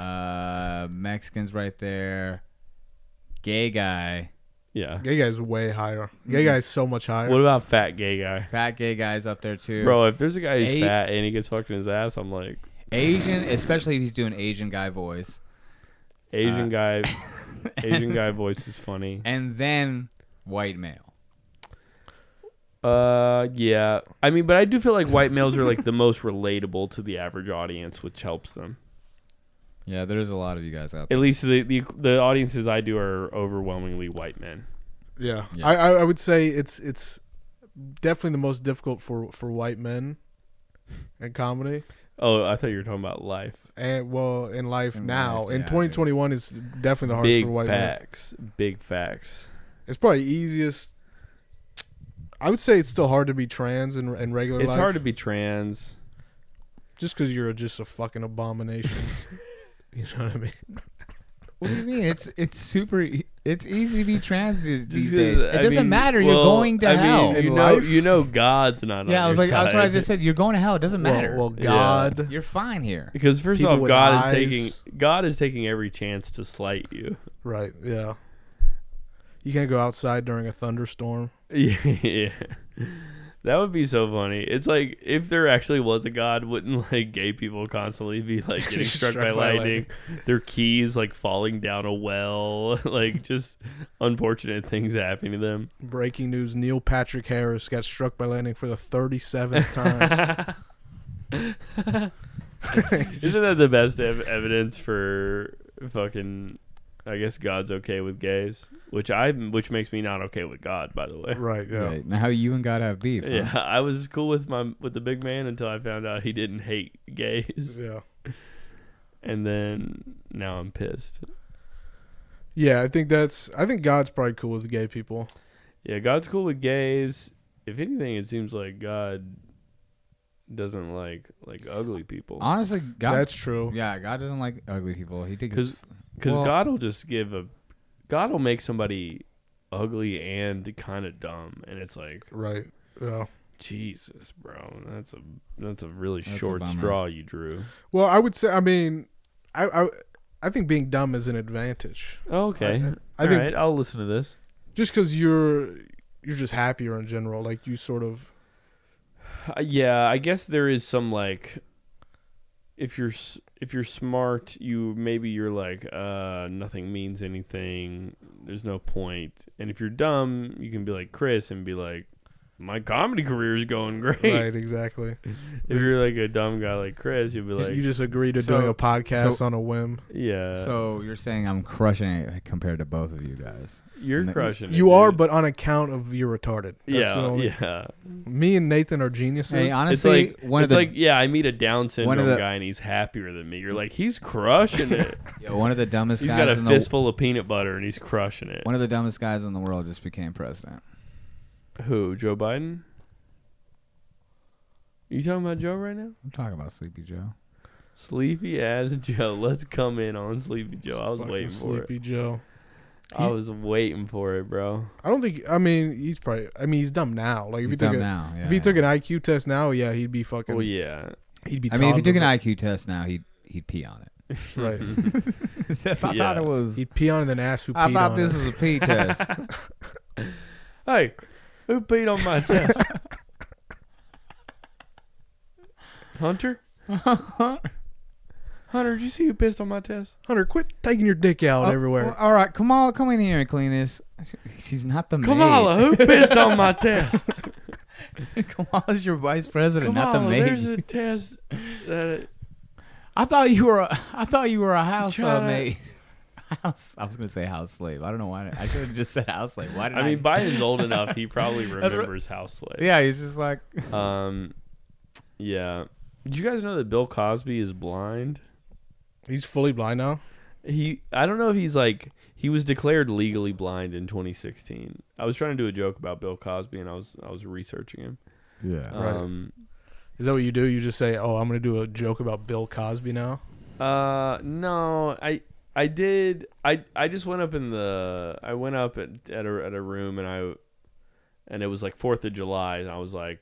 [SPEAKER 6] uh, Mexicans right there, gay guy,
[SPEAKER 7] Yeah.
[SPEAKER 8] Gay guy's way higher.
[SPEAKER 7] Mm-hmm.
[SPEAKER 8] Gay guy's so much higher.
[SPEAKER 7] What about fat gay guy?
[SPEAKER 6] fat gay guys up there too.
[SPEAKER 7] Bro, if there's a guy who's
[SPEAKER 6] Eight.
[SPEAKER 7] fat and he gets fucked in his ass, I'm like
[SPEAKER 6] Asian, especially if he's doing Asian guy voice,
[SPEAKER 7] Asian
[SPEAKER 6] Uh.
[SPEAKER 7] guy. Asian guy voice is funny.
[SPEAKER 6] and then white male.
[SPEAKER 7] Uh, yeah. I mean, but I do feel like white males are like the most relatable to the average audience, which helps them.
[SPEAKER 6] Yeah, there's a lot of you guys out
[SPEAKER 7] At
[SPEAKER 6] there.
[SPEAKER 7] least the the, the audiences I do are overwhelmingly white men.
[SPEAKER 8] yeah,
[SPEAKER 6] Yeah.
[SPEAKER 8] I, I I would say it's it's definitely the most difficult for for white men in comedy.
[SPEAKER 7] Oh, I thought you were talking about life.
[SPEAKER 8] and well in life
[SPEAKER 6] In
[SPEAKER 8] now
[SPEAKER 6] life,
[SPEAKER 8] in
[SPEAKER 6] yeah,
[SPEAKER 8] 2021 is definitely the hardest
[SPEAKER 7] Big
[SPEAKER 8] for white men.
[SPEAKER 7] facts. Big facts.
[SPEAKER 8] It's probably easiest. I would say it's still hard to be trans in, in regular
[SPEAKER 7] It's
[SPEAKER 8] life.
[SPEAKER 7] hard to be trans.
[SPEAKER 8] just because you're just a fucking abomination. you know what I mean?
[SPEAKER 6] What do you mean? It's it's super. e- It's easy to be trans these, these
[SPEAKER 7] Just 'cause,
[SPEAKER 6] days. It
[SPEAKER 7] I
[SPEAKER 6] doesn't
[SPEAKER 7] mean,
[SPEAKER 6] matter. You're
[SPEAKER 7] well,
[SPEAKER 6] going to
[SPEAKER 7] I mean,
[SPEAKER 6] hell.
[SPEAKER 7] you
[SPEAKER 8] In
[SPEAKER 7] know,
[SPEAKER 8] life?
[SPEAKER 7] you know, God's not.
[SPEAKER 6] yeah, I
[SPEAKER 7] on
[SPEAKER 6] was
[SPEAKER 7] your
[SPEAKER 6] like, that's what I
[SPEAKER 7] side.
[SPEAKER 6] just said. You're going to hell. It doesn't matter.
[SPEAKER 8] Well, well,
[SPEAKER 7] Yeah.
[SPEAKER 8] God.
[SPEAKER 6] you're fine here.
[SPEAKER 7] Because first
[SPEAKER 8] People
[SPEAKER 7] off,
[SPEAKER 8] with
[SPEAKER 7] God
[SPEAKER 8] eyes.
[SPEAKER 7] is taking God is taking every chance to slight you.
[SPEAKER 8] Right? Yeah. You can't go outside during a thunderstorm.
[SPEAKER 7] yeah. That would be so funny. It's like if there actually was a god, wouldn't like gay people constantly be like getting struck, by, lightning, their keys like falling down a well, like just unfortunate things happening to them.
[SPEAKER 8] Breaking news: Neil Patrick Harris got struck by lightning for the 37th time.
[SPEAKER 7] Isn't that the best ev- evidence for fucking? I guess God's okay with gays, which I which makes me not okay with God, by the way.
[SPEAKER 8] right. Yeah.
[SPEAKER 6] Right. Now, how you and God have beef? huh?
[SPEAKER 7] Yeah, I was cool with my with the big man until I found out he didn't hate gays,
[SPEAKER 8] Yeah.
[SPEAKER 7] and then now I'm pissed.
[SPEAKER 8] Yeah. I think that's. I think God's probably cool with gay people.
[SPEAKER 7] Yeah, God's cool with gays. If anything, it seems like God doesn't like like ugly people
[SPEAKER 6] Honestly, God.
[SPEAKER 8] That's true.
[SPEAKER 6] Yeah, God doesn't like ugly people. He thinks.
[SPEAKER 7] because
[SPEAKER 6] it's-
[SPEAKER 7] because
[SPEAKER 6] well-
[SPEAKER 7] God will just give a God will make somebody ugly and kind of dumb, and it's like
[SPEAKER 8] Right. Yeah.
[SPEAKER 7] Jesus, bro, that's a that's a really
[SPEAKER 6] a
[SPEAKER 7] short
[SPEAKER 6] bummer.
[SPEAKER 7] straw you drew.
[SPEAKER 8] Well, I would say. I mean, I. I I think being dumb is an advantage,
[SPEAKER 7] Okay,
[SPEAKER 8] I-
[SPEAKER 7] all
[SPEAKER 8] I think-
[SPEAKER 7] right, I'll listen to this.
[SPEAKER 8] just because you're you're just happier in general. Like you sort of
[SPEAKER 7] Uh, yeah, I guess there is some like if you're s- if you're smart, you maybe you're like uh nothing means anything. There's no point. And if you're dumb, you can be like Chris and be like my comedy career is going great.
[SPEAKER 8] right exactly.
[SPEAKER 7] If you're like a dumb guy like Chris, you'll be
[SPEAKER 8] You-
[SPEAKER 7] like
[SPEAKER 8] you just agree to
[SPEAKER 6] So-
[SPEAKER 8] doing a podcast
[SPEAKER 6] so-
[SPEAKER 8] on a whim. uh,
[SPEAKER 7] yeah,
[SPEAKER 6] so you're saying I'm crushing it compared to both of you guys.
[SPEAKER 7] you're
[SPEAKER 6] and that-
[SPEAKER 7] crushing. it,
[SPEAKER 8] You are,
[SPEAKER 7] dude.
[SPEAKER 8] but on account of you're retarded. That's the
[SPEAKER 7] yeah,
[SPEAKER 8] only-
[SPEAKER 7] yeah.
[SPEAKER 8] Me and Nathan are geniuses.
[SPEAKER 6] Hey,
[SPEAKER 7] It's
[SPEAKER 6] honestly,
[SPEAKER 7] like
[SPEAKER 6] one
[SPEAKER 7] it's
[SPEAKER 6] of the
[SPEAKER 7] like yeah. I meet a Down
[SPEAKER 6] of
[SPEAKER 7] syndrome
[SPEAKER 6] the-
[SPEAKER 7] guy and he's happier than me. You're like he's crushing it.
[SPEAKER 6] yeah, one of the dumbest
[SPEAKER 7] he's
[SPEAKER 6] guys
[SPEAKER 7] got a
[SPEAKER 6] in the
[SPEAKER 7] fistful of peanut butter and he's crushing it.
[SPEAKER 6] one of the dumbest guys in the world just became president.
[SPEAKER 7] Who? Joe Biden? You talking about Joe right now?
[SPEAKER 6] I'm talking about Sleepy Joe.
[SPEAKER 7] Sleepy ass Joe. Let's come in on Sleepy Joe. I was
[SPEAKER 8] Fucking
[SPEAKER 7] waiting for
[SPEAKER 8] Sleepy
[SPEAKER 7] it.
[SPEAKER 8] Joe.
[SPEAKER 7] I was waiting for it, bro.
[SPEAKER 8] I don't think. I mean, he's probably. I mean, he's dumb now. Like if
[SPEAKER 6] He's
[SPEAKER 8] he took
[SPEAKER 6] dumb
[SPEAKER 8] a,
[SPEAKER 6] now. Yeah,
[SPEAKER 8] if he
[SPEAKER 6] yeah.
[SPEAKER 8] took an IQ test now, yeah, he'd be fucking.
[SPEAKER 7] Well, Oh, yeah.
[SPEAKER 8] He'd be.
[SPEAKER 6] I mean, if he took an
[SPEAKER 8] toddler,
[SPEAKER 6] IQ test now, he'd he'd pee on it.
[SPEAKER 8] right,
[SPEAKER 6] I
[SPEAKER 7] Yeah.
[SPEAKER 6] thought it was.
[SPEAKER 8] he'd pee on it and ask who peed
[SPEAKER 6] I thought
[SPEAKER 8] on
[SPEAKER 6] this
[SPEAKER 8] it.
[SPEAKER 6] was a pee test.
[SPEAKER 7] Hey, who peed on my test? Hunter? Hunter, did you see who pissed on my test?
[SPEAKER 8] Hunter, quit taking your dick out everywhere.
[SPEAKER 6] Oh, All right, Kamala, come in here and clean this. She's not the maid.
[SPEAKER 7] Kamala, who pissed on my test?
[SPEAKER 6] Kamala's your vice president, not the
[SPEAKER 7] Kamala, there's
[SPEAKER 6] maid.
[SPEAKER 7] a test that
[SPEAKER 6] I thought you were. A, I thought you were a house
[SPEAKER 7] Tryna-
[SPEAKER 6] uh, maid. House. I was gonna say house slave. I don't know why. I should have just said house slave. Why did I?
[SPEAKER 7] I mean, Biden's old enough. He probably
[SPEAKER 6] what-
[SPEAKER 7] remembers House Slave.
[SPEAKER 6] yeah, he's just like.
[SPEAKER 7] Um, yeah. Did you guys know that Bill Cosby is blind?
[SPEAKER 8] He's fully blind now.
[SPEAKER 7] He, I don't know if he's like he was declared legally blind in 2016. I was trying to do a joke about Bill Cosby, and I was I was researching him.
[SPEAKER 6] Yeah.
[SPEAKER 8] Right.
[SPEAKER 7] Um,
[SPEAKER 8] Is that what you do? You just say, "Oh, I'm gonna do a joke about Bill Cosby now."
[SPEAKER 7] uh, no, I. I did. I, I just went up in the. I went up at, at a at a room and I, and it was like Fourth of July and I was like,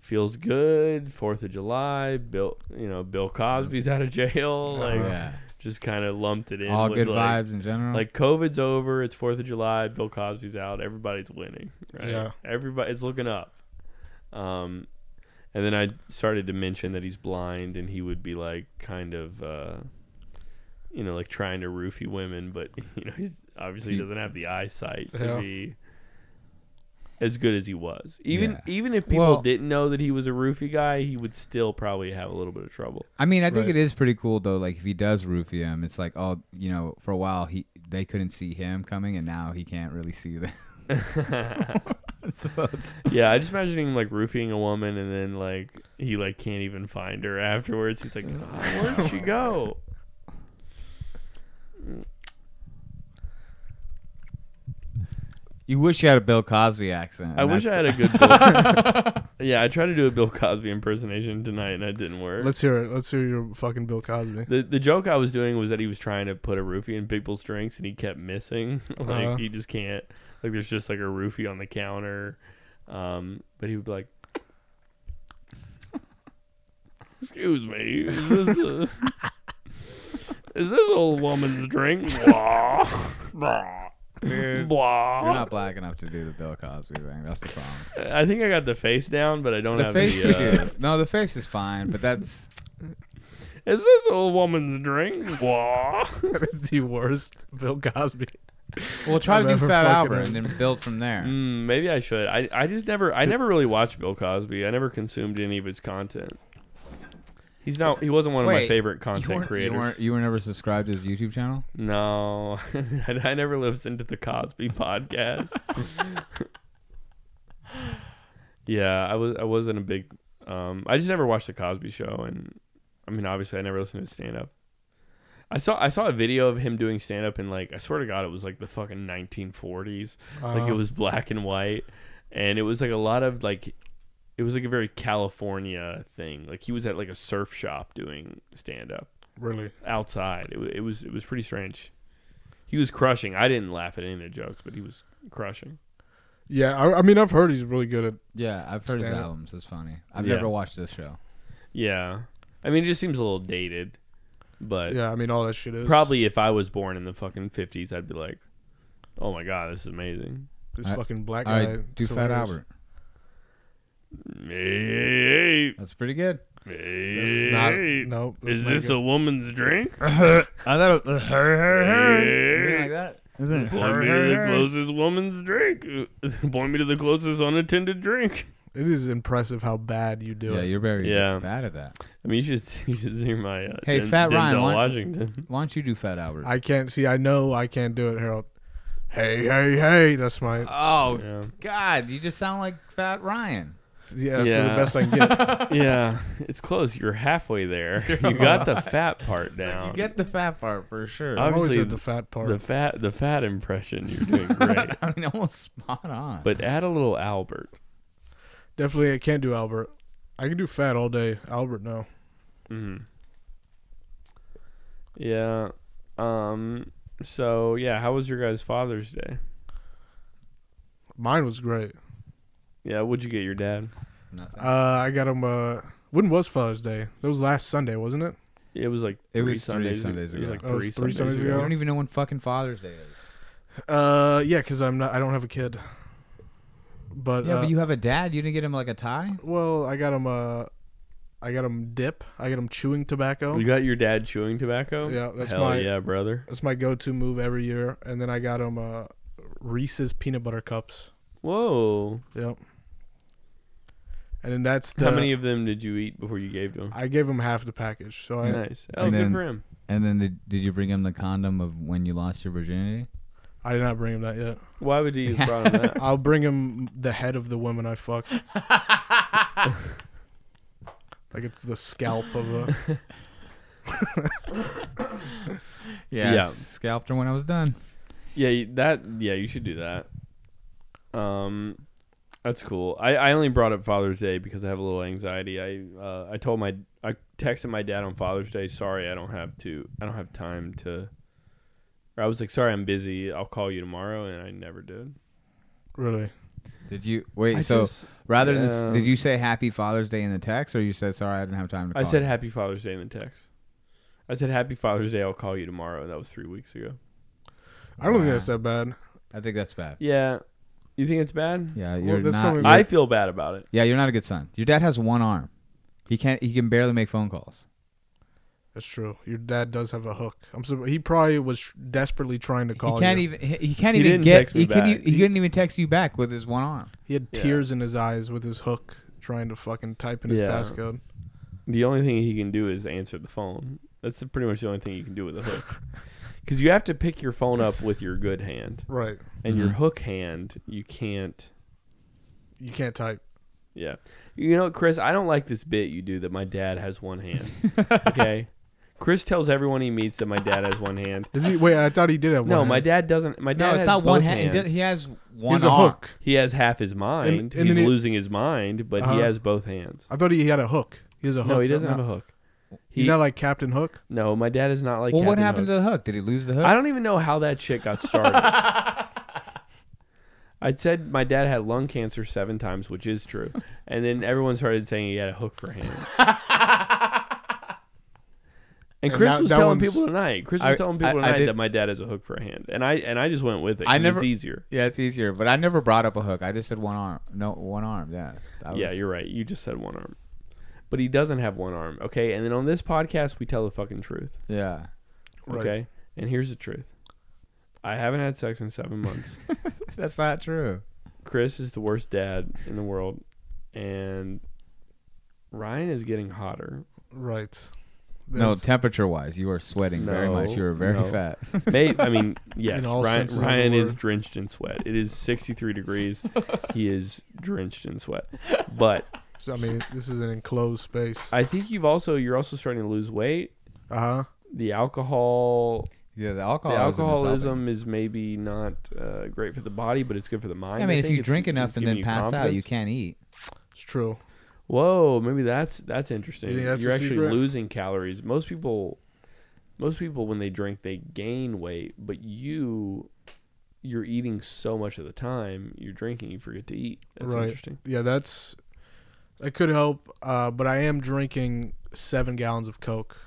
[SPEAKER 7] feels good. Fourth of July. Bill, you know, Bill Cosby's out of jail. Like,
[SPEAKER 6] Yeah.
[SPEAKER 7] just kind of lumped it in.
[SPEAKER 6] All
[SPEAKER 7] with,
[SPEAKER 6] good
[SPEAKER 7] like,
[SPEAKER 6] vibes in general.
[SPEAKER 7] Like COVID's over, it's Fourth of July, Bill Cosby's out, everybody's winning. Right?
[SPEAKER 8] Yeah.
[SPEAKER 7] Everybody it's looking up. Um and then I started to mention that he's blind and he would be like kind of uh you know, like trying to roofie women, but you know, he's obviously
[SPEAKER 6] He-
[SPEAKER 7] doesn't have the eyesight to
[SPEAKER 8] Yeah.
[SPEAKER 7] be as good as he was. Even
[SPEAKER 6] Yeah.
[SPEAKER 7] even if people
[SPEAKER 6] Well-
[SPEAKER 7] didn't know that he was a roofie guy, he would still probably have a little bit of trouble.
[SPEAKER 6] I mean, I think it
[SPEAKER 8] Right.
[SPEAKER 6] is pretty cool though. Like if he does roofie him, it's like oh, you know, for a while he they couldn't see him coming, and now he can't really see them. So it's-
[SPEAKER 7] Yeah, I just imagine him like roofing a woman and then like he like can't even find her afterwards. He's like, "Ah, where did she go?
[SPEAKER 6] you wish you had a Bill Cosby accent.
[SPEAKER 7] I
[SPEAKER 6] and
[SPEAKER 7] wish I had a
[SPEAKER 6] that's-
[SPEAKER 7] good Bill. yeah, I tried to do a Bill Cosby impersonation tonight and that didn't work.
[SPEAKER 8] Let's hear it. Let's hear your fucking Bill Cosby.
[SPEAKER 7] the the joke I was doing was that he was trying to put a roofie in people's drinks and he kept missing. like
[SPEAKER 8] Uh-huh.
[SPEAKER 7] he just can't. Like there's just like a roofie on the counter. Um, but he would be like, "Excuse me, is this a, is this old woman's drink?" Blah, blah.
[SPEAKER 6] Dude, you're
[SPEAKER 7] Blah.
[SPEAKER 6] not black enough to do the Bill Cosby thing. That's the problem.
[SPEAKER 7] I think I got the face down, but I don't
[SPEAKER 6] The
[SPEAKER 7] have
[SPEAKER 6] face,
[SPEAKER 7] the. Uh,
[SPEAKER 6] you do. no, the face is fine, but that's
[SPEAKER 7] is this old woman's drink? Blah.
[SPEAKER 8] that is the worst Bill Cosby.
[SPEAKER 6] we'll try
[SPEAKER 8] I've
[SPEAKER 6] to do
[SPEAKER 8] ever
[SPEAKER 6] Fat
[SPEAKER 8] fucking
[SPEAKER 6] Albert
[SPEAKER 8] heard.
[SPEAKER 6] and then build from there.
[SPEAKER 7] Mm, maybe I should. I, I just never I never really watched Bill Cosby. I never consumed any of his content. He's not. He wasn't one of my
[SPEAKER 6] Wait,
[SPEAKER 7] favorite
[SPEAKER 6] you,
[SPEAKER 7] content
[SPEAKER 6] weren't- you,
[SPEAKER 7] creators.
[SPEAKER 6] weren't- you were never subscribed to his YouTube channel.
[SPEAKER 7] No, I, I never listened to the Cosby podcast. yeah, I was I wasn't a big. Um, I just never watched the Cosby Show, and I mean, obviously, I never listened to his stand up. I saw I saw a video of him doing stand up, and like I swear to God, it was like the fucking 1940s. Like
[SPEAKER 8] Oh.
[SPEAKER 7] it was black and white, and it was like a lot of like. It was like a very California thing. Like he was at like a surf shop doing stand up
[SPEAKER 8] Uh, Really?
[SPEAKER 7] outside. It, wa- it was it was pretty strange. He was crushing. I didn't laugh at any of the jokes, but he was crushing.
[SPEAKER 8] Yeah, I, I mean, I've heard he's really good at.
[SPEAKER 6] Yeah, I've heard his
[SPEAKER 8] Stand-up.
[SPEAKER 6] albums. It's funny. I've
[SPEAKER 7] Yeah.
[SPEAKER 6] never watched this show.
[SPEAKER 7] Yeah, I mean, it just seems a little dated, but
[SPEAKER 8] Yeah, I mean, all that shit is
[SPEAKER 7] probably if I was born in the fucking fifties, I'd be like, "Oh my god, this is amazing."
[SPEAKER 8] this
[SPEAKER 6] I-
[SPEAKER 8] fucking black
[SPEAKER 6] All
[SPEAKER 8] guy.
[SPEAKER 6] right, do Fat
[SPEAKER 8] survivors.
[SPEAKER 6] Albert.
[SPEAKER 7] Hey,
[SPEAKER 6] That's pretty good.
[SPEAKER 8] This is not.
[SPEAKER 7] hey,
[SPEAKER 8] No,
[SPEAKER 7] is
[SPEAKER 8] not
[SPEAKER 7] this
[SPEAKER 8] good.
[SPEAKER 7] a woman's drink?
[SPEAKER 6] I thought it was
[SPEAKER 7] Hey.
[SPEAKER 6] that. Isn't
[SPEAKER 7] Point me to the closest woman's drink. Point me to the closest unattended drink.
[SPEAKER 8] It is impressive how bad you do
[SPEAKER 6] Yeah,
[SPEAKER 8] it.
[SPEAKER 6] you're very
[SPEAKER 7] Yeah.
[SPEAKER 6] bad at that.
[SPEAKER 7] I mean, you should you should see my uh,
[SPEAKER 6] Hey,
[SPEAKER 7] Den-
[SPEAKER 6] Fat Ryan,
[SPEAKER 7] Denzel
[SPEAKER 6] why-
[SPEAKER 7] Washington.
[SPEAKER 6] Why don't you do Fat Albert?
[SPEAKER 8] I can't see. I know I can't do it, Harold. Hey, hey, hey! That's my
[SPEAKER 6] oh
[SPEAKER 7] Yeah.
[SPEAKER 6] God, you just sound like Fat Ryan.
[SPEAKER 8] yeah. That's
[SPEAKER 7] Yeah.
[SPEAKER 8] the best I can get.
[SPEAKER 7] Yeah, it's close. You're halfway there. You got the fat part down.
[SPEAKER 6] You get the fat part for sure.
[SPEAKER 7] Uh,
[SPEAKER 8] I'm always
[SPEAKER 7] Obviously,
[SPEAKER 8] at the fat part.
[SPEAKER 7] the fat the fat impression. You're doing great.
[SPEAKER 6] I mean, almost spot on.
[SPEAKER 7] but add a little Albert.
[SPEAKER 8] Definitely, I can't do Albert. I can do fat all day. Albert, no.
[SPEAKER 7] Mm. Yeah. Um. So yeah, how was your guys' Father's Day?
[SPEAKER 8] Mine was great.
[SPEAKER 7] Yeah, what'd you get your dad?
[SPEAKER 6] Nothing.
[SPEAKER 8] Uh, I got him. Uh, when was Father's Day? That was last Sunday, wasn't it?
[SPEAKER 7] It was like
[SPEAKER 6] It
[SPEAKER 7] three
[SPEAKER 6] was three
[SPEAKER 7] Sundays,
[SPEAKER 6] Sundays
[SPEAKER 7] It was
[SPEAKER 6] ago.
[SPEAKER 7] like
[SPEAKER 8] Oh, it
[SPEAKER 7] three,
[SPEAKER 8] was three
[SPEAKER 7] Sundays,
[SPEAKER 8] Sundays
[SPEAKER 6] I
[SPEAKER 7] ago.
[SPEAKER 8] ago?
[SPEAKER 6] don't even know when fucking Father's Day is.
[SPEAKER 8] Uh, yeah, because I'm not. I don't have a kid. But
[SPEAKER 6] Yeah,
[SPEAKER 8] uh,
[SPEAKER 6] but you have a dad. You didn't get him like a tie.
[SPEAKER 8] well, I got him. Uh, I got him dip. I got him chewing tobacco.
[SPEAKER 7] You got your dad chewing tobacco?
[SPEAKER 8] Yeah, that's
[SPEAKER 7] Hell
[SPEAKER 8] my-
[SPEAKER 7] yeah, brother.
[SPEAKER 8] That's my go-to move every year. And then I got him uh, Reese's peanut butter cups.
[SPEAKER 7] Whoa.
[SPEAKER 8] Yep. And then that's the.
[SPEAKER 7] how many of them did you eat before you gave to him?
[SPEAKER 8] I gave him half the package, so I
[SPEAKER 7] nice. Oh,
[SPEAKER 6] And
[SPEAKER 7] good
[SPEAKER 6] then-
[SPEAKER 7] for him.
[SPEAKER 6] And then did, did you bring him the condom of when you lost your virginity?
[SPEAKER 8] I did not bring him that yet.
[SPEAKER 7] Why would he have brought him that?
[SPEAKER 8] I'll bring him the head of the woman I fucked. like it's the scalp of a.
[SPEAKER 6] Yeah,
[SPEAKER 7] Yeah.
[SPEAKER 6] scalped her when I was done.
[SPEAKER 7] Yeah, you- that. Yeah, you should do that. Um, that's cool. I, I only brought up Father's Day because I have a little anxiety. I uh, I told my I texted my dad on Father's Day. Sorry, I don't have to. I don't have time to. Or I was like, sorry, I'm busy. I'll call you tomorrow, and I never did.
[SPEAKER 8] Really?
[SPEAKER 6] Did you wait?
[SPEAKER 7] I
[SPEAKER 6] so
[SPEAKER 7] just- uh,
[SPEAKER 6] rather than s
[SPEAKER 7] yeah.
[SPEAKER 6] did you say Happy Father's Day in the text, or you said sorry I didn't have time to?
[SPEAKER 7] I
[SPEAKER 6] call
[SPEAKER 7] said
[SPEAKER 6] you"?
[SPEAKER 7] Happy Father's Day in the text. I said Happy Father's Day. I'll call you tomorrow. That was three weeks ago.
[SPEAKER 8] I don't think
[SPEAKER 6] Wow.
[SPEAKER 8] that's that bad.
[SPEAKER 6] I think that's bad.
[SPEAKER 7] Yeah, you think it's bad?
[SPEAKER 6] Yeah,
[SPEAKER 8] Well,
[SPEAKER 6] you're
[SPEAKER 8] that's
[SPEAKER 6] not.
[SPEAKER 8] not-
[SPEAKER 6] you're-
[SPEAKER 7] I feel bad about it.
[SPEAKER 6] yeah, you're not a good son. Your dad has one arm. He can't. He can barely make phone calls.
[SPEAKER 8] That's true. Your dad does have a hook. I'm so he probably was desperately trying to call
[SPEAKER 6] he can't
[SPEAKER 8] you.
[SPEAKER 6] even. He, he can't
[SPEAKER 7] He
[SPEAKER 6] even
[SPEAKER 7] didn't
[SPEAKER 6] get.
[SPEAKER 7] text me
[SPEAKER 6] he couldn't.
[SPEAKER 7] back.
[SPEAKER 6] e- He couldn't even text you back with his one arm.
[SPEAKER 8] He had
[SPEAKER 7] Yeah.
[SPEAKER 8] tears in his eyes with his hook, trying to fucking type in his
[SPEAKER 7] Yeah.
[SPEAKER 8] passcode.
[SPEAKER 7] The only thing he can do is answer the phone. That's the- pretty much the only thing you can do with a hook. Because you have to pick your phone up with your good hand,
[SPEAKER 8] Right.
[SPEAKER 7] and your
[SPEAKER 6] Mhm.
[SPEAKER 7] hook hand you can't.
[SPEAKER 8] You can't type.
[SPEAKER 7] Yeah, you know, Chris, I don't like this bit you do that my dad has one hand. Okay, Chris tells everyone he meets that my dad has one hand.
[SPEAKER 8] Does he? Wait, I thought he did have
[SPEAKER 7] No,
[SPEAKER 8] one.
[SPEAKER 7] my
[SPEAKER 8] hand.
[SPEAKER 7] dad doesn't. My dad
[SPEAKER 6] No, it's
[SPEAKER 7] has
[SPEAKER 6] not one
[SPEAKER 7] both
[SPEAKER 6] hand. He,
[SPEAKER 7] hands.
[SPEAKER 6] does, he has one
[SPEAKER 8] He has a
[SPEAKER 6] arm.
[SPEAKER 8] hook.
[SPEAKER 7] He has half his mind.
[SPEAKER 8] And- and
[SPEAKER 7] He's
[SPEAKER 8] then he-
[SPEAKER 7] losing his mind, but he
[SPEAKER 8] Uh-huh.
[SPEAKER 7] has both hands.
[SPEAKER 8] I thought he had a hook. He has a hook.
[SPEAKER 7] No, he doesn't
[SPEAKER 8] doesn't
[SPEAKER 7] have a hook.
[SPEAKER 8] He's
[SPEAKER 7] He-
[SPEAKER 8] not like Captain Hook.
[SPEAKER 7] No, my dad is not like.
[SPEAKER 6] Well, what
[SPEAKER 7] Captain
[SPEAKER 6] happened
[SPEAKER 7] Hook.
[SPEAKER 6] to the hook? Did he lose the hook?
[SPEAKER 7] I don't even know how that shit got started. I said my dad had lung cancer seven times, which is true. And then everyone started saying he had a hook for hand. And
[SPEAKER 8] And
[SPEAKER 7] Chris
[SPEAKER 8] that-
[SPEAKER 7] was
[SPEAKER 8] that
[SPEAKER 7] telling
[SPEAKER 8] one's-
[SPEAKER 7] people tonight. Chris was
[SPEAKER 6] I-
[SPEAKER 7] telling
[SPEAKER 6] I-
[SPEAKER 7] people
[SPEAKER 6] I
[SPEAKER 7] tonight
[SPEAKER 6] did-
[SPEAKER 7] that my dad has a hook for a hand, and I and I just went with it.
[SPEAKER 6] I
[SPEAKER 7] 'cause
[SPEAKER 6] never-
[SPEAKER 7] It's easier.
[SPEAKER 6] Yeah, it's easier. But I never brought up a hook. I just said one arm. No, one arm. Yeah. That
[SPEAKER 7] Yeah,
[SPEAKER 6] was-
[SPEAKER 7] you're right. You just said one arm, but he doesn't have one arm. Okay, and then on this podcast we tell the fucking truth.
[SPEAKER 6] Yeah.
[SPEAKER 8] Right.
[SPEAKER 7] Okay, and here's the truth. I haven't had sex in seven months.
[SPEAKER 6] That's not true.
[SPEAKER 7] Chris is the worst dad in the world, and Ryan is getting hotter.
[SPEAKER 8] Right.
[SPEAKER 6] no,
[SPEAKER 8] That's-
[SPEAKER 6] temperature wise, you are sweating very
[SPEAKER 7] No,
[SPEAKER 6] much. You are very
[SPEAKER 7] no.
[SPEAKER 6] fat.
[SPEAKER 7] May, I mean, yes,
[SPEAKER 8] In all
[SPEAKER 7] Ryan,
[SPEAKER 8] senses of the
[SPEAKER 7] Ryan is
[SPEAKER 8] word.
[SPEAKER 7] drenched in sweat. It is 63 degrees. he is drenched in sweat. But
[SPEAKER 8] so, I mean, this is an enclosed space.
[SPEAKER 7] I think you've also you're also starting to lose weight.
[SPEAKER 8] Uh huh.
[SPEAKER 7] The alcohol,
[SPEAKER 6] yeah, the
[SPEAKER 7] the
[SPEAKER 6] alcohol.
[SPEAKER 7] alcoholism is maybe not uh, great for the body, but it's good for the mind.
[SPEAKER 6] I mean, if
[SPEAKER 7] think.
[SPEAKER 6] you
[SPEAKER 7] It's-
[SPEAKER 6] drink
[SPEAKER 7] it's
[SPEAKER 6] enough and
[SPEAKER 7] giving
[SPEAKER 6] then pass out,
[SPEAKER 7] confidence.
[SPEAKER 6] you can't eat.
[SPEAKER 8] It's true.
[SPEAKER 7] Whoa, maybe that's that's interesting.
[SPEAKER 8] You think that's
[SPEAKER 7] You're
[SPEAKER 8] the
[SPEAKER 7] actually
[SPEAKER 8] secret?
[SPEAKER 7] losing calories. Most people, most people when they drink, they gain weight, but you, you're eating so much of the time you're drinking, you forget to eat. That's
[SPEAKER 8] right.
[SPEAKER 7] interesting.
[SPEAKER 8] Yeah, that's that could help. Uh, but I am drinking seven gallons of Coke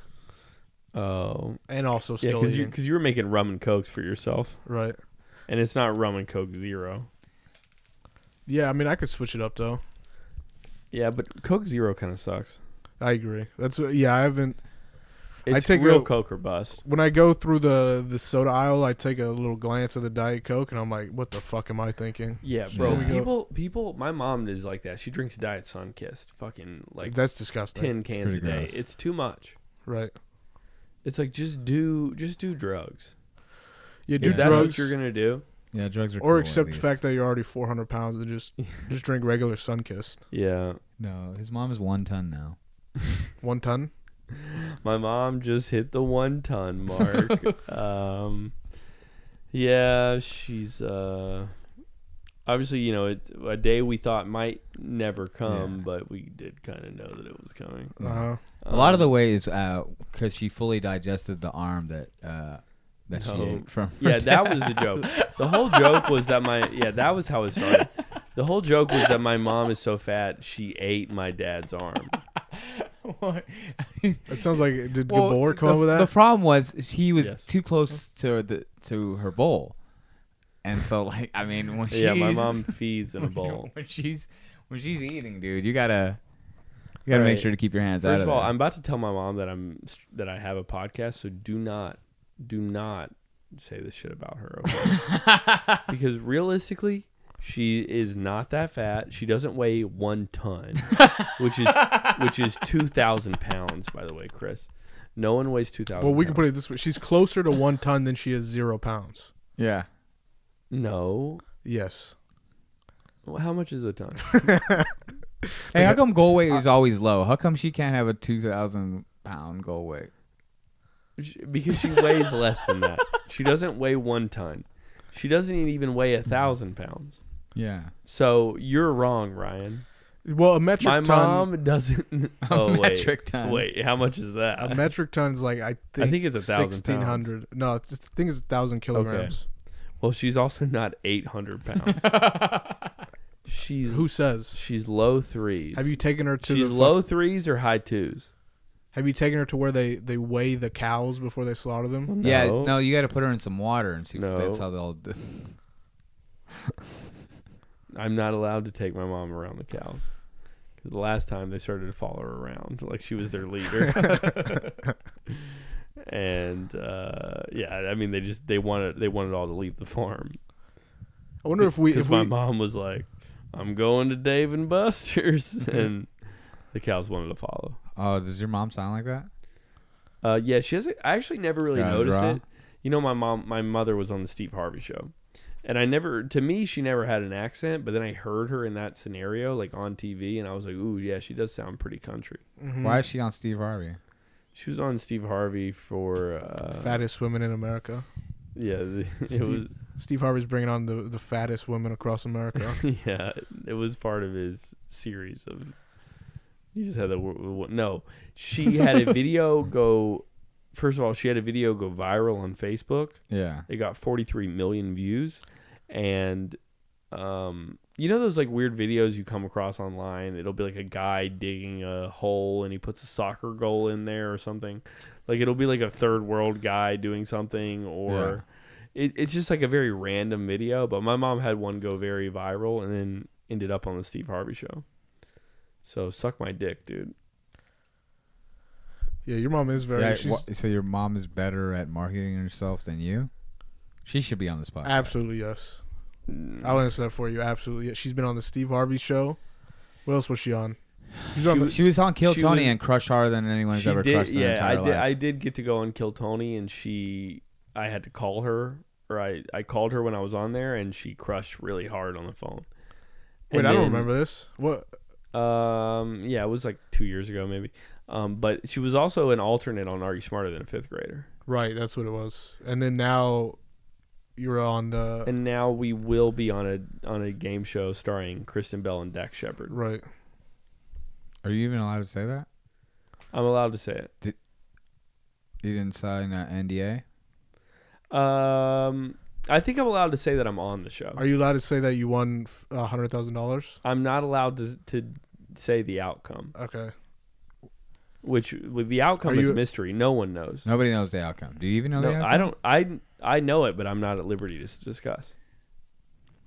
[SPEAKER 7] Oh,
[SPEAKER 8] and also
[SPEAKER 7] yeah,
[SPEAKER 8] still
[SPEAKER 7] because you
[SPEAKER 8] eating.
[SPEAKER 7] because you were making rum and cokes for yourself,
[SPEAKER 8] Right.
[SPEAKER 7] and it's not rum and coke zero.
[SPEAKER 8] Yeah, I mean, I could switch it up though.
[SPEAKER 7] Yeah, but coke zero kind of sucks.
[SPEAKER 8] I agree. That's what- yeah. I haven't
[SPEAKER 7] It's
[SPEAKER 8] I take
[SPEAKER 7] real
[SPEAKER 8] a-
[SPEAKER 7] coke or bust.
[SPEAKER 8] when I go through the the soda aisle, I take a little glance at the Diet Coke, and I'm like, what the fuck am I thinking?
[SPEAKER 7] Yeah, bro.
[SPEAKER 8] There we go.
[SPEAKER 7] People, people. My mom is like that. She drinks diet sun kissed, fucking like
[SPEAKER 8] Like that's disgusting.
[SPEAKER 7] ten cans a
[SPEAKER 6] pretty
[SPEAKER 7] day.
[SPEAKER 6] gross.
[SPEAKER 7] It's too much.
[SPEAKER 8] Right.
[SPEAKER 7] It's like just do just do drugs.
[SPEAKER 8] Yeah,
[SPEAKER 7] Do
[SPEAKER 8] do
[SPEAKER 7] if that's
[SPEAKER 8] drugs
[SPEAKER 7] what you're gonna do.
[SPEAKER 6] Yeah, drugs are.
[SPEAKER 8] or accept the fact that you're already 400 pounds and just just drink regular Sunkist.
[SPEAKER 7] Yeah.
[SPEAKER 6] No, his mom is one ton now.
[SPEAKER 8] One ton.
[SPEAKER 7] My mom just hit the one ton mark. um Yeah, she's uh obviously, you know, it a day we thought might never come,
[SPEAKER 6] Yeah.
[SPEAKER 7] but we did kinda know that it was coming.
[SPEAKER 8] Uh huh.
[SPEAKER 6] a lot of
[SPEAKER 7] Um,
[SPEAKER 6] the way is because she fully digested the arm that uh, that she
[SPEAKER 7] No.
[SPEAKER 6] ate from. her
[SPEAKER 7] Yeah, that was the joke. The whole joke was that my yeah, that was how it started. The whole joke was that my mom is so fat she ate my dad's arm.
[SPEAKER 8] That sounds like did
[SPEAKER 6] Well,
[SPEAKER 8] Gabor come
[SPEAKER 6] the,
[SPEAKER 8] up with that?
[SPEAKER 6] The problem was he was
[SPEAKER 7] Yes.
[SPEAKER 6] too close to the to her bowl, and so like I mean when she's
[SPEAKER 7] Yeah, my mom feeds in a bowl.
[SPEAKER 6] when she's when she's eating, dude, you gotta you gotta make
[SPEAKER 7] Right.
[SPEAKER 6] sure to keep your hands out
[SPEAKER 7] First
[SPEAKER 6] of
[SPEAKER 7] of all,
[SPEAKER 6] there.
[SPEAKER 7] I'm about to tell my mom that I'm that I have a podcast, so do not do not say this shit about her, okay? because realistically, she is not that fat. She doesn't weigh one ton, which is which is two thousand pounds, by the way, Chris. No one weighs two thousand.
[SPEAKER 8] well, we can put it this way: she's closer to one ton than she is zero pounds.
[SPEAKER 6] yeah,
[SPEAKER 7] no.
[SPEAKER 8] Yes.
[SPEAKER 7] Well, How much is a ton?
[SPEAKER 6] hey, how come goal weight is always low? How come she can't have a two thousand pound goal weight?
[SPEAKER 7] She- because she weighs less than that. She doesn't weigh one ton. She doesn't e-, even weigh a thousand pounds.
[SPEAKER 6] Yeah,
[SPEAKER 7] So you're wrong, Ryan.
[SPEAKER 8] Well, a metric
[SPEAKER 7] My
[SPEAKER 8] ton.
[SPEAKER 7] mom doesn't. Oh wait,
[SPEAKER 6] metric ton.
[SPEAKER 7] Wait, how much is that?
[SPEAKER 8] a metric ton is like I think.
[SPEAKER 7] think it's 1,000 pounds.
[SPEAKER 8] 1600. No, it's just, I think it's a thousand kilograms.
[SPEAKER 7] well, she's also not eight hundred pounds. she's
[SPEAKER 8] Who says?
[SPEAKER 7] she's low threes.
[SPEAKER 8] Have you taken her to
[SPEAKER 7] she's
[SPEAKER 8] the fuck-
[SPEAKER 7] low threes or high twos?
[SPEAKER 8] Have you taken her to where they they weigh the cows before they slaughter them?
[SPEAKER 6] yeah. No, you gotta put her in some water and see if
[SPEAKER 7] No.
[SPEAKER 6] that's how they'll. Do.
[SPEAKER 7] I'm not allowed to take my mom around the cows. 'Cause The last time they started to follow her around, like she was their leader. and uh, yeah, I mean they just they wanted they wanted all to leave the farm.
[SPEAKER 8] I wonder if we
[SPEAKER 7] Because
[SPEAKER 8] if
[SPEAKER 7] my
[SPEAKER 8] we
[SPEAKER 7] mom was like, "I'm going to Dave and Buster's," and the cows wanted to follow.
[SPEAKER 6] Oh, does your mom sound like that?
[SPEAKER 7] Uh, yeah, she has. A, I actually never really
[SPEAKER 6] Guys
[SPEAKER 7] noticed
[SPEAKER 6] raw?
[SPEAKER 7] it. You know, my mom, my mother was on the Steve Harvey show, and I never, to me, she never had an accent. But then I heard her in that scenario, like on TV, and I was like, "Ooh, yeah, she does sound pretty country." Mm-hmm.
[SPEAKER 6] Why is she on Steve Harvey?
[SPEAKER 7] She was on Steve Harvey for uh,
[SPEAKER 8] fattest women in America.
[SPEAKER 7] yeah, the- it
[SPEAKER 8] Steve-
[SPEAKER 7] was
[SPEAKER 8] Steve Harvey's bringing on the, the fattest women across America.
[SPEAKER 7] yeah, it was part of his series of. He just had the wo- wo- no. She had a video go. First of all, she had a video go viral on Facebook.
[SPEAKER 6] Yeah.
[SPEAKER 7] It got 43 million views, and um, you know those like weird videos you come across online. It'll be like a guy digging a hole and he puts a soccer goal in there or something. Like it'll be like a third world guy doing something or it, it's just like a very random video. But my mom had one go very viral and then ended up on the Steve Harvey show. So suck my dick, dude.
[SPEAKER 8] Yeah, your mom is very.
[SPEAKER 6] Yeah,
[SPEAKER 8] she's
[SPEAKER 6] wha- so your mom is better at marketing herself than you. She should be on this podcast.
[SPEAKER 8] absolutely yes. I'll answer that for you. Absolutely, yes. She's been on the Steve Harvey show. What else was she on? She's on. the-
[SPEAKER 6] She was on Kill
[SPEAKER 7] She
[SPEAKER 6] Tony
[SPEAKER 7] was-
[SPEAKER 6] and crushed harder than anyone's
[SPEAKER 7] She
[SPEAKER 6] ever crushed in their
[SPEAKER 7] yeah,
[SPEAKER 6] entire
[SPEAKER 7] I did.
[SPEAKER 6] life.
[SPEAKER 7] I did get to go and kill Tony, and she, I had to call her, or I, I called her when I was on there, and she crushed really hard on the phone.
[SPEAKER 8] wait,
[SPEAKER 7] And
[SPEAKER 8] I don't
[SPEAKER 7] then-
[SPEAKER 8] remember this. What?
[SPEAKER 7] Um, yeah, it was like two years ago, maybe. Um, but she was also an alternate on Are You Smarter Than a Fifth Grader?
[SPEAKER 8] Right, that's what it was. And then now, you're on the
[SPEAKER 7] And now we will be on a on a game show starring Kristen Bell and Dax Shepard.
[SPEAKER 8] right.
[SPEAKER 6] Are you even allowed to say that?
[SPEAKER 7] I'm allowed to say it.
[SPEAKER 6] You didn't sign an NDA.
[SPEAKER 7] Um, I think I'm allowed to say that I'm on the show.
[SPEAKER 8] Are you allowed to say that you won a hundred thousand dollars?
[SPEAKER 7] I'm not allowed to to say the outcome.
[SPEAKER 8] Okay.
[SPEAKER 7] which with the outcome
[SPEAKER 8] Are
[SPEAKER 7] is
[SPEAKER 8] you-
[SPEAKER 7] mystery. No one knows.
[SPEAKER 6] Nobody knows the outcome. Do you even know
[SPEAKER 7] No,
[SPEAKER 6] the outcome?
[SPEAKER 7] I don't. I I know it, but I'm not at liberty to s- discuss.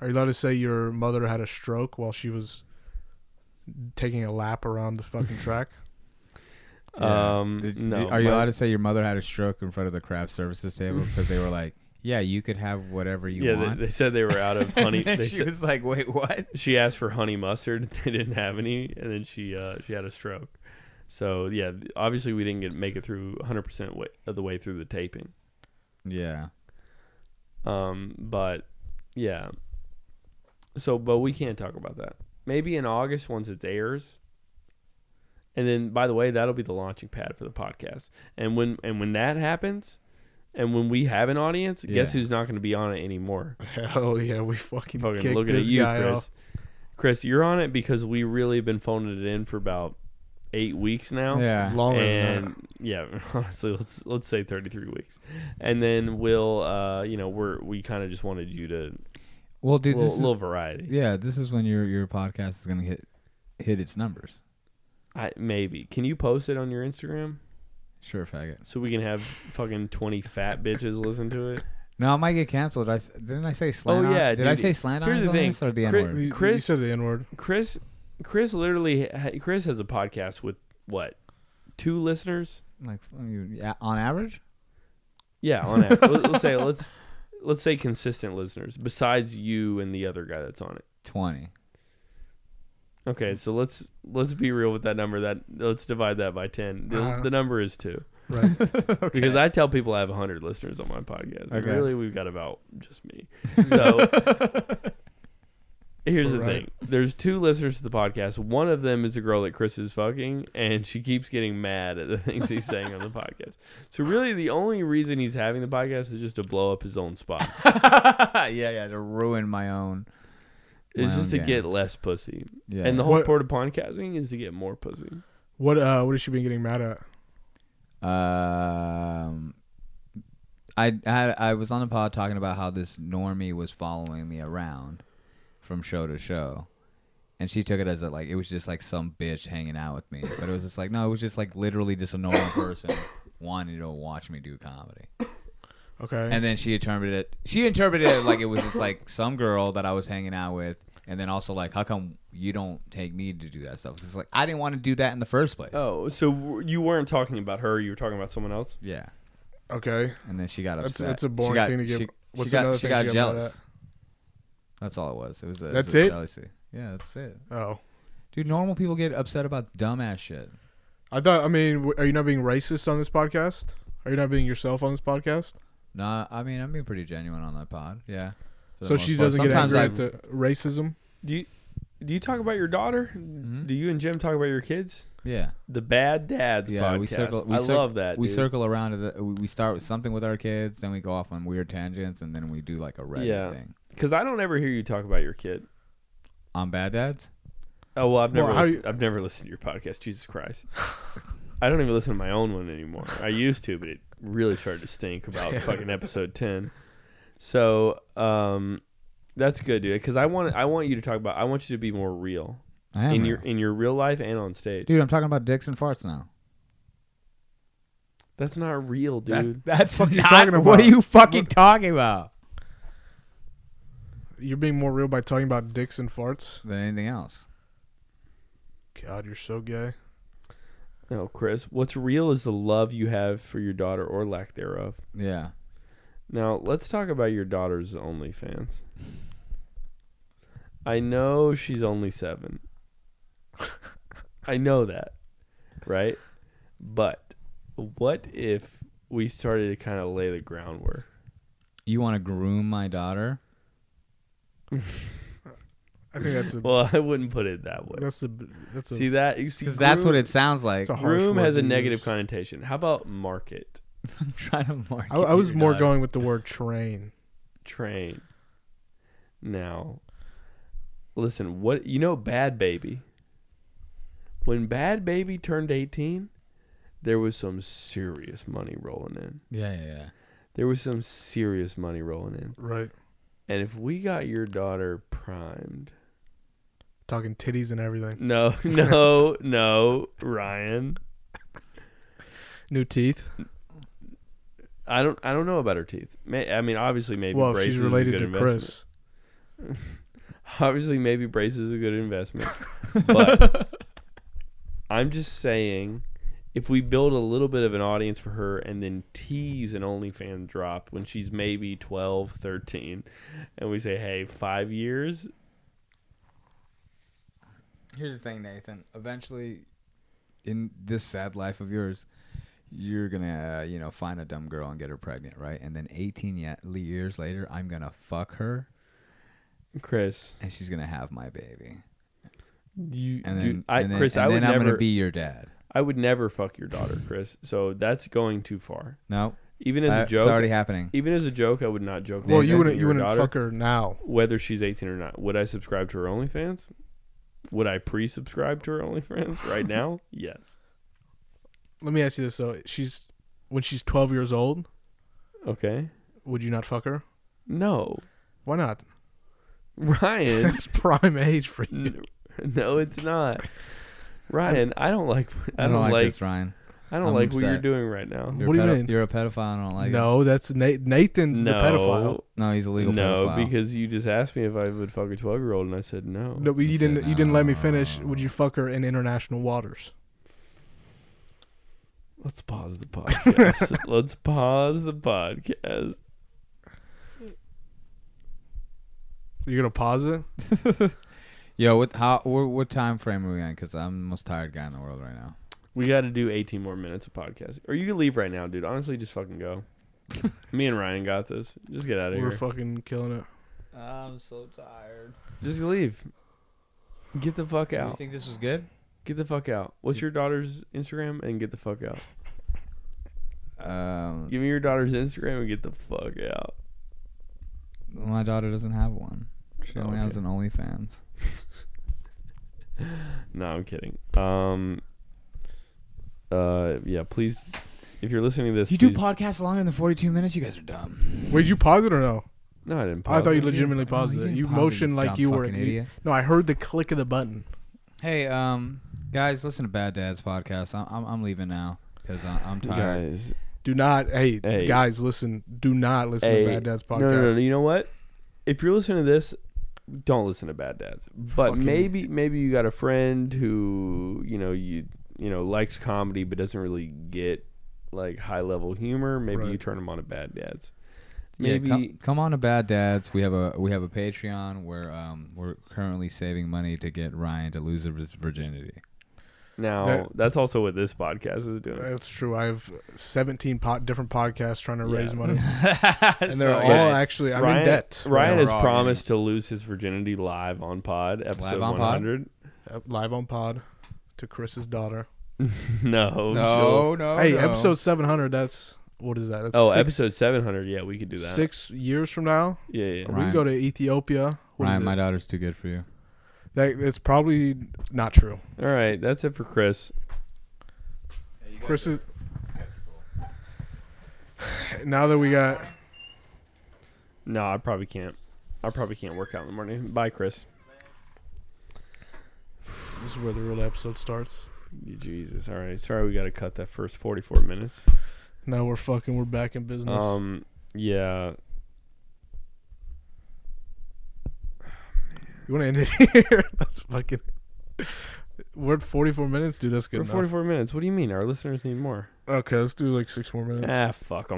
[SPEAKER 8] Are you allowed to say your mother had a stroke while she was taking a lap around the fucking track?
[SPEAKER 6] Yeah.
[SPEAKER 7] Um,
[SPEAKER 6] Did-
[SPEAKER 7] no.
[SPEAKER 6] did- are you
[SPEAKER 7] my-
[SPEAKER 6] allowed to say your mother had a stroke in front of the craft services table because they were like, "Yeah, you could have whatever you
[SPEAKER 7] yeah,
[SPEAKER 6] want."
[SPEAKER 7] they, they said they were out of honey.
[SPEAKER 6] And then
[SPEAKER 7] they
[SPEAKER 6] she
[SPEAKER 7] said-
[SPEAKER 6] was like, "Wait, what?"
[SPEAKER 7] she asked for honey mustard. They didn't have any, and then she uh, she had a stroke. So yeah, th- obviously we didn't get make it through 100 percent of the way through the taping.
[SPEAKER 6] Yeah,
[SPEAKER 7] Um, but yeah. So, but we can't talk about that. Maybe in August once it airs. And then, by the way, that'll be the launching pad for the podcast. And when and when that happens, and when we have an audience, guess
[SPEAKER 6] Yeah.
[SPEAKER 7] who's not going to be on it anymore?
[SPEAKER 8] Hell yeah, we fucking,
[SPEAKER 7] Fucking
[SPEAKER 8] kicked
[SPEAKER 7] look at
[SPEAKER 8] this
[SPEAKER 7] you,
[SPEAKER 8] guy
[SPEAKER 7] Chris.
[SPEAKER 8] off.
[SPEAKER 7] Chris, you're on it because we really have been phoning it in for about eight weeks now.
[SPEAKER 6] yeah.
[SPEAKER 8] Longer than that.
[SPEAKER 7] and yeah, honestly, let's let's say 33 weeks, and then we'll, uh, you know, we're we kind of just wanted you to
[SPEAKER 6] Well, dude,
[SPEAKER 7] little,
[SPEAKER 6] this is,
[SPEAKER 7] little variety.
[SPEAKER 6] yeah, this is when your your podcast is gonna hit hit its numbers.
[SPEAKER 7] I, maybe. Can you post it on your Instagram
[SPEAKER 6] Sure, faggot.
[SPEAKER 7] so we can have fucking twenty fat bitches listen to it?
[SPEAKER 6] No, I might get canceled. I s- didn't I say slant.
[SPEAKER 7] oh yeah,
[SPEAKER 6] on? did
[SPEAKER 7] dude.
[SPEAKER 6] I say slant
[SPEAKER 7] Here's
[SPEAKER 6] eyes
[SPEAKER 7] the
[SPEAKER 6] on
[SPEAKER 7] thing.
[SPEAKER 6] this or the N
[SPEAKER 7] Chris-
[SPEAKER 6] word?
[SPEAKER 8] You- you
[SPEAKER 7] Chris-
[SPEAKER 8] said the N word.
[SPEAKER 7] Chris, Chris literally, ha- Chris has a podcast with what two listeners?
[SPEAKER 6] Like yeah, on average?
[SPEAKER 7] Yeah, on average. Let- let's say let's let's say consistent listeners besides you and the other guy that's on it.
[SPEAKER 6] Twenty.
[SPEAKER 7] Okay, so let's let's be real with that number. That let's divide that by ten. The,
[SPEAKER 8] Uh-huh.
[SPEAKER 7] the number is two.
[SPEAKER 8] Right.
[SPEAKER 7] Because I tell people I have 100 listeners on my podcast. but
[SPEAKER 6] Okay.
[SPEAKER 7] Really, we've got about just me. So here's the
[SPEAKER 8] Right.
[SPEAKER 7] thing there's two listeners to the podcast. One of them is a girl that Chris is fucking, and she keeps getting mad at the things he's saying on the podcast. So, really, the only reason he's having the podcast is just to blow up his own spot.
[SPEAKER 6] yeah, yeah, to ruin my own.
[SPEAKER 7] It's
[SPEAKER 6] My
[SPEAKER 7] just
[SPEAKER 6] own
[SPEAKER 7] to
[SPEAKER 6] game.
[SPEAKER 7] get less pussy.
[SPEAKER 6] Yeah.
[SPEAKER 7] And the whole
[SPEAKER 8] What-
[SPEAKER 7] part of podcasting is to get more pussy.
[SPEAKER 8] What uh what has she been getting mad at?
[SPEAKER 6] Um, I, I I was on the pod talking about how this normie was following me around from show to show, and she took it as a, like it was just like some bitch hanging out with me, but it was just like no, it was just like literally just a normal person wanting to watch me do comedy,
[SPEAKER 8] Okay.
[SPEAKER 6] and then she interpreted it. She interpreted it like it was just like some girl that I was hanging out with. And then also like, how come you don't take me to do that stuff? 'Cause It's like I didn't want to do that in the first place.
[SPEAKER 7] Oh, so you weren't talking about her. You were talking about someone else?
[SPEAKER 6] yeah.
[SPEAKER 8] okay.
[SPEAKER 6] and then she got
[SPEAKER 8] That's-
[SPEAKER 6] upset.
[SPEAKER 8] that's a
[SPEAKER 6] She
[SPEAKER 8] boring
[SPEAKER 6] got-
[SPEAKER 8] thing to get-
[SPEAKER 6] She,
[SPEAKER 8] what's
[SPEAKER 6] she got,
[SPEAKER 8] another
[SPEAKER 6] she
[SPEAKER 8] thing
[SPEAKER 6] got
[SPEAKER 8] she got mad
[SPEAKER 6] jealous. That's all it was. It was. A, it was
[SPEAKER 8] That's
[SPEAKER 6] a
[SPEAKER 8] it?
[SPEAKER 6] Jealousy. Yeah, that's it.
[SPEAKER 8] Oh.
[SPEAKER 6] Dude, normal people get upset about dumbass shit.
[SPEAKER 8] I thought I mean w- are you not being racist on this podcast? Are you not being yourself on this podcast?
[SPEAKER 6] Nah, I mean, I'm being pretty genuine on that pod. Yeah. For the
[SPEAKER 8] So
[SPEAKER 6] most
[SPEAKER 8] she
[SPEAKER 6] part.
[SPEAKER 8] doesn't get
[SPEAKER 6] Sometimes
[SPEAKER 8] angry
[SPEAKER 6] I-
[SPEAKER 8] at the racism?
[SPEAKER 7] Do you, do you talk about your daughter?
[SPEAKER 6] Mm-hmm.
[SPEAKER 7] Do you and Jim talk about your kids?
[SPEAKER 6] Yeah.
[SPEAKER 7] The Bad Dads
[SPEAKER 6] Yeah,
[SPEAKER 7] podcast.
[SPEAKER 6] we circle. We
[SPEAKER 7] I
[SPEAKER 6] cir-
[SPEAKER 7] love that.
[SPEAKER 6] We
[SPEAKER 7] dude.
[SPEAKER 6] circle around. To the, we we start with something with our kids, then we go off on weird tangents, and then we do like a Reddit
[SPEAKER 7] Yeah.
[SPEAKER 6] thing.
[SPEAKER 7] because I don't ever hear you talk about your kid.
[SPEAKER 6] On bad dads.
[SPEAKER 7] Oh well, I've never
[SPEAKER 8] Well, how
[SPEAKER 7] listened,
[SPEAKER 8] you-
[SPEAKER 7] I've never listened to your podcast. Jesus Christ, I don't even listen to my own one anymore. I used to, but it really started to stink about fucking episode ten. So, um, That's good, dude. Because I want I want you to talk about. I want you to be more real
[SPEAKER 6] I am
[SPEAKER 7] in
[SPEAKER 6] real.
[SPEAKER 7] your in your real life and on stage.
[SPEAKER 6] dude. I'm talking about dicks and farts now.
[SPEAKER 7] That's not real,
[SPEAKER 6] That-
[SPEAKER 7] dude.
[SPEAKER 6] that's
[SPEAKER 8] Fuck you
[SPEAKER 6] not.
[SPEAKER 8] talking
[SPEAKER 6] What are
[SPEAKER 8] about?
[SPEAKER 6] you fucking talking about?
[SPEAKER 8] You're being more real by talking about dicks and farts.
[SPEAKER 6] Than anything else.
[SPEAKER 8] God, you're so gay.
[SPEAKER 7] No, Chris. What's real is the love you have for your daughter or lack thereof.
[SPEAKER 6] Yeah.
[SPEAKER 7] Now let's talk about your daughter's OnlyFans. I know she's only seven. I know that, right? But what if we started to kind of lay the groundwork?
[SPEAKER 6] You want to groom my daughter?
[SPEAKER 8] I think that's a
[SPEAKER 7] Well, I wouldn't put it that way.
[SPEAKER 8] that's a that's a
[SPEAKER 7] See that? You see,
[SPEAKER 6] Because that's what
[SPEAKER 7] groom-
[SPEAKER 6] it sounds like.
[SPEAKER 8] it's a
[SPEAKER 6] I'm
[SPEAKER 8] harsh
[SPEAKER 7] Groom
[SPEAKER 8] word
[SPEAKER 7] has a
[SPEAKER 8] to
[SPEAKER 7] negative
[SPEAKER 8] use.
[SPEAKER 7] connotation. How about market
[SPEAKER 6] trying to market.
[SPEAKER 8] I, I was
[SPEAKER 6] your
[SPEAKER 8] more
[SPEAKER 6] daughter.
[SPEAKER 8] going with the word train.
[SPEAKER 7] train? Now, listen. What you know? Bad baby. When Bad Baby turned eighteen, there was some serious money rolling in.
[SPEAKER 6] Yeah, yeah, yeah.
[SPEAKER 7] There was some serious money rolling in.
[SPEAKER 8] Right.
[SPEAKER 7] And if we got your daughter primed,
[SPEAKER 8] Talking titties and everything.
[SPEAKER 7] no, no, no, Ryan.
[SPEAKER 8] New teeth.
[SPEAKER 7] I don't. I don't know about her teeth. May, I mean, obviously, maybe.
[SPEAKER 8] well, if
[SPEAKER 7] braces
[SPEAKER 8] she's
[SPEAKER 7] is a
[SPEAKER 8] related
[SPEAKER 7] good
[SPEAKER 8] to
[SPEAKER 7] investment.
[SPEAKER 8] Chris.
[SPEAKER 7] Obviously, maybe braces is a good investment, but I'm just saying, if we build a little bit of an audience for her and then tease an OnlyFans drop when she's maybe 12, 13, and we say, "Hey, five years,"
[SPEAKER 6] Here's the thing, Nathan. Eventually, in this sad life of yours, you're gonna, uh, you know, find a dumb girl and get her pregnant, right? And then 18 ye- years later, I'm gonna fuck her,
[SPEAKER 7] Chris,
[SPEAKER 6] and she's gonna have my baby.
[SPEAKER 7] you,
[SPEAKER 6] And then,
[SPEAKER 7] dude, I,
[SPEAKER 6] and then,
[SPEAKER 7] Chris,
[SPEAKER 6] and
[SPEAKER 7] I would
[SPEAKER 6] then I'm
[SPEAKER 7] never,
[SPEAKER 6] gonna be your dad.
[SPEAKER 7] I would never fuck your daughter, Chris. So that's going too far.
[SPEAKER 6] No,
[SPEAKER 7] Even as
[SPEAKER 6] I-
[SPEAKER 7] a joke,
[SPEAKER 6] it's already happening.
[SPEAKER 7] even as a joke, I would not joke.
[SPEAKER 8] Well,
[SPEAKER 7] about
[SPEAKER 8] you
[SPEAKER 7] your
[SPEAKER 8] wouldn't you wouldn't
[SPEAKER 7] daughter.
[SPEAKER 8] fuck her now.
[SPEAKER 7] whether she's 18 or not. Would I subscribe to her OnlyFans? Would I pre-subscribe to her OnlyFans right now? yes.
[SPEAKER 8] Let me ask you this though: she's when she's 12 years old,
[SPEAKER 7] Okay.
[SPEAKER 8] would you not fuck her?
[SPEAKER 7] No,
[SPEAKER 8] Why not?
[SPEAKER 7] Ryan.
[SPEAKER 8] That's prime age for you.
[SPEAKER 7] n- no, it's not. Ryan, I don't like. I don't, like.
[SPEAKER 6] this, Ryan.
[SPEAKER 7] I don't
[SPEAKER 6] I'm
[SPEAKER 7] like what you're
[SPEAKER 6] upset.
[SPEAKER 7] doing right now.
[SPEAKER 6] You're
[SPEAKER 8] What
[SPEAKER 6] a
[SPEAKER 8] do you
[SPEAKER 6] pedo-
[SPEAKER 8] mean?
[SPEAKER 6] You're a pedophile. and I don't like it.
[SPEAKER 8] no, that's Na- Nathan's the
[SPEAKER 7] no,
[SPEAKER 8] pedophile.
[SPEAKER 6] No, he's a legal
[SPEAKER 7] no,
[SPEAKER 6] pedophile.
[SPEAKER 7] because you just asked me if I would fuck a 12 year old, and I said no.
[SPEAKER 8] No, but you
[SPEAKER 6] That's it,
[SPEAKER 8] didn't. You didn't let me finish. Would you fuck her in international waters?
[SPEAKER 7] Let's pause the podcast. Let's pause the podcast.
[SPEAKER 8] You're gonna pause it.
[SPEAKER 6] Yo, what how what, what time frame are we on? Because I'm the most tired guy in the world right now.
[SPEAKER 7] We got to do 18 more minutes of podcast. Or you can leave right now, dude. Honestly, just fucking go. Me and Ryan got this. Just get out of
[SPEAKER 8] We're
[SPEAKER 7] here.
[SPEAKER 8] fucking killing it.
[SPEAKER 6] I'm so tired.
[SPEAKER 7] just leave. Get the fuck
[SPEAKER 6] You
[SPEAKER 7] out.
[SPEAKER 6] think this was good?
[SPEAKER 7] Get the fuck out. What's your daughter's Instagram? And get the fuck out.
[SPEAKER 6] Um,
[SPEAKER 7] Give me your daughter's Instagram and get the fuck out.
[SPEAKER 6] my daughter doesn't have one. She only has
[SPEAKER 7] Okay.
[SPEAKER 6] an OnlyFans.
[SPEAKER 7] No, I'm kidding. Um. Uh, yeah. Please, if you're listening to this, please-
[SPEAKER 6] podcasts longer than 42 minutes. You guys are dumb.
[SPEAKER 8] Wait, did you pause it or no?
[SPEAKER 7] No, I didn't.
[SPEAKER 8] I thought
[SPEAKER 7] pause
[SPEAKER 8] you
[SPEAKER 7] it.
[SPEAKER 8] legitimately
[SPEAKER 6] No,
[SPEAKER 8] paused
[SPEAKER 6] you
[SPEAKER 8] it.
[SPEAKER 6] didn't
[SPEAKER 8] You
[SPEAKER 6] pause it, you
[SPEAKER 8] motioned like
[SPEAKER 6] dumb
[SPEAKER 8] you were.
[SPEAKER 6] fucking
[SPEAKER 8] you-
[SPEAKER 6] idiot.
[SPEAKER 8] no, I heard the click of the button.
[SPEAKER 6] Hey, um, guys, listen to Bad Dad's podcast. I'm I'm, I'm leaving now because I'm, I'm tired.
[SPEAKER 7] guys.
[SPEAKER 8] Do not, hey,
[SPEAKER 7] Hey.
[SPEAKER 8] guys, listen. Do not listen
[SPEAKER 7] Hey,
[SPEAKER 8] to Bad Dad's podcast.
[SPEAKER 7] No, no, no. You know what? If you're listening to this, don't listen to Bad Dads. But
[SPEAKER 8] Fucking-
[SPEAKER 7] maybe maybe you got a friend who you know you you know likes comedy but doesn't really get like high level humor. Maybe you
[SPEAKER 8] Right.
[SPEAKER 7] turn them on to Bad Dads.
[SPEAKER 6] Yeah,
[SPEAKER 7] Maybe
[SPEAKER 6] come, come on to Bad Dads. We have a we have a Patreon where um we're currently saving money to get Ryan to lose his virginity.
[SPEAKER 7] now
[SPEAKER 8] That- Uh,
[SPEAKER 7] that's also what this podcast is doing.
[SPEAKER 8] That's true. I have 17 po- different podcasts trying to
[SPEAKER 7] Yeah.
[SPEAKER 8] raise money,
[SPEAKER 6] and
[SPEAKER 8] and they're all actually. I'm
[SPEAKER 7] Ryan,
[SPEAKER 8] in debt.
[SPEAKER 7] Ryan
[SPEAKER 6] Yeah,
[SPEAKER 7] has
[SPEAKER 6] we're all
[SPEAKER 7] promised to lose his virginity live on Pod episode
[SPEAKER 6] on Pod?
[SPEAKER 7] 100.
[SPEAKER 8] Uh, Live on pod to Chris's daughter.
[SPEAKER 7] No,
[SPEAKER 6] no, no.
[SPEAKER 8] hey,
[SPEAKER 6] Oh, no.
[SPEAKER 8] episode 700. That's what is that? That's
[SPEAKER 7] Oh,
[SPEAKER 8] six-
[SPEAKER 7] episode 700. Yeah, we could do that.
[SPEAKER 8] Six years from now,
[SPEAKER 7] Yeah, yeah.
[SPEAKER 8] we
[SPEAKER 6] Ryan.
[SPEAKER 8] can go to Ethiopia. What is
[SPEAKER 6] Ryan,
[SPEAKER 8] it?
[SPEAKER 6] my daughter's too good for you.
[SPEAKER 8] That, it's probably not true.
[SPEAKER 7] All right, that's it for Chris.
[SPEAKER 8] Chris is. Now that we got,
[SPEAKER 7] No, I probably can't. I probably can't work out in the morning. Bye, Chris.
[SPEAKER 8] This is where the real episode starts.
[SPEAKER 7] Jesus. All right. Sorry, we got to cut that first 44 minutes.
[SPEAKER 8] Now we're fucking. We're back in business.
[SPEAKER 7] Um. Yeah.
[SPEAKER 8] you want to end it here? Let's fucking. We're at 44 minutes, dude. That's good.
[SPEAKER 7] We're
[SPEAKER 8] enough.
[SPEAKER 7] 44 minutes. What do you mean? Our listeners need more.
[SPEAKER 8] Okay, let's do like six more minutes.
[SPEAKER 7] Ah, fuck 'em.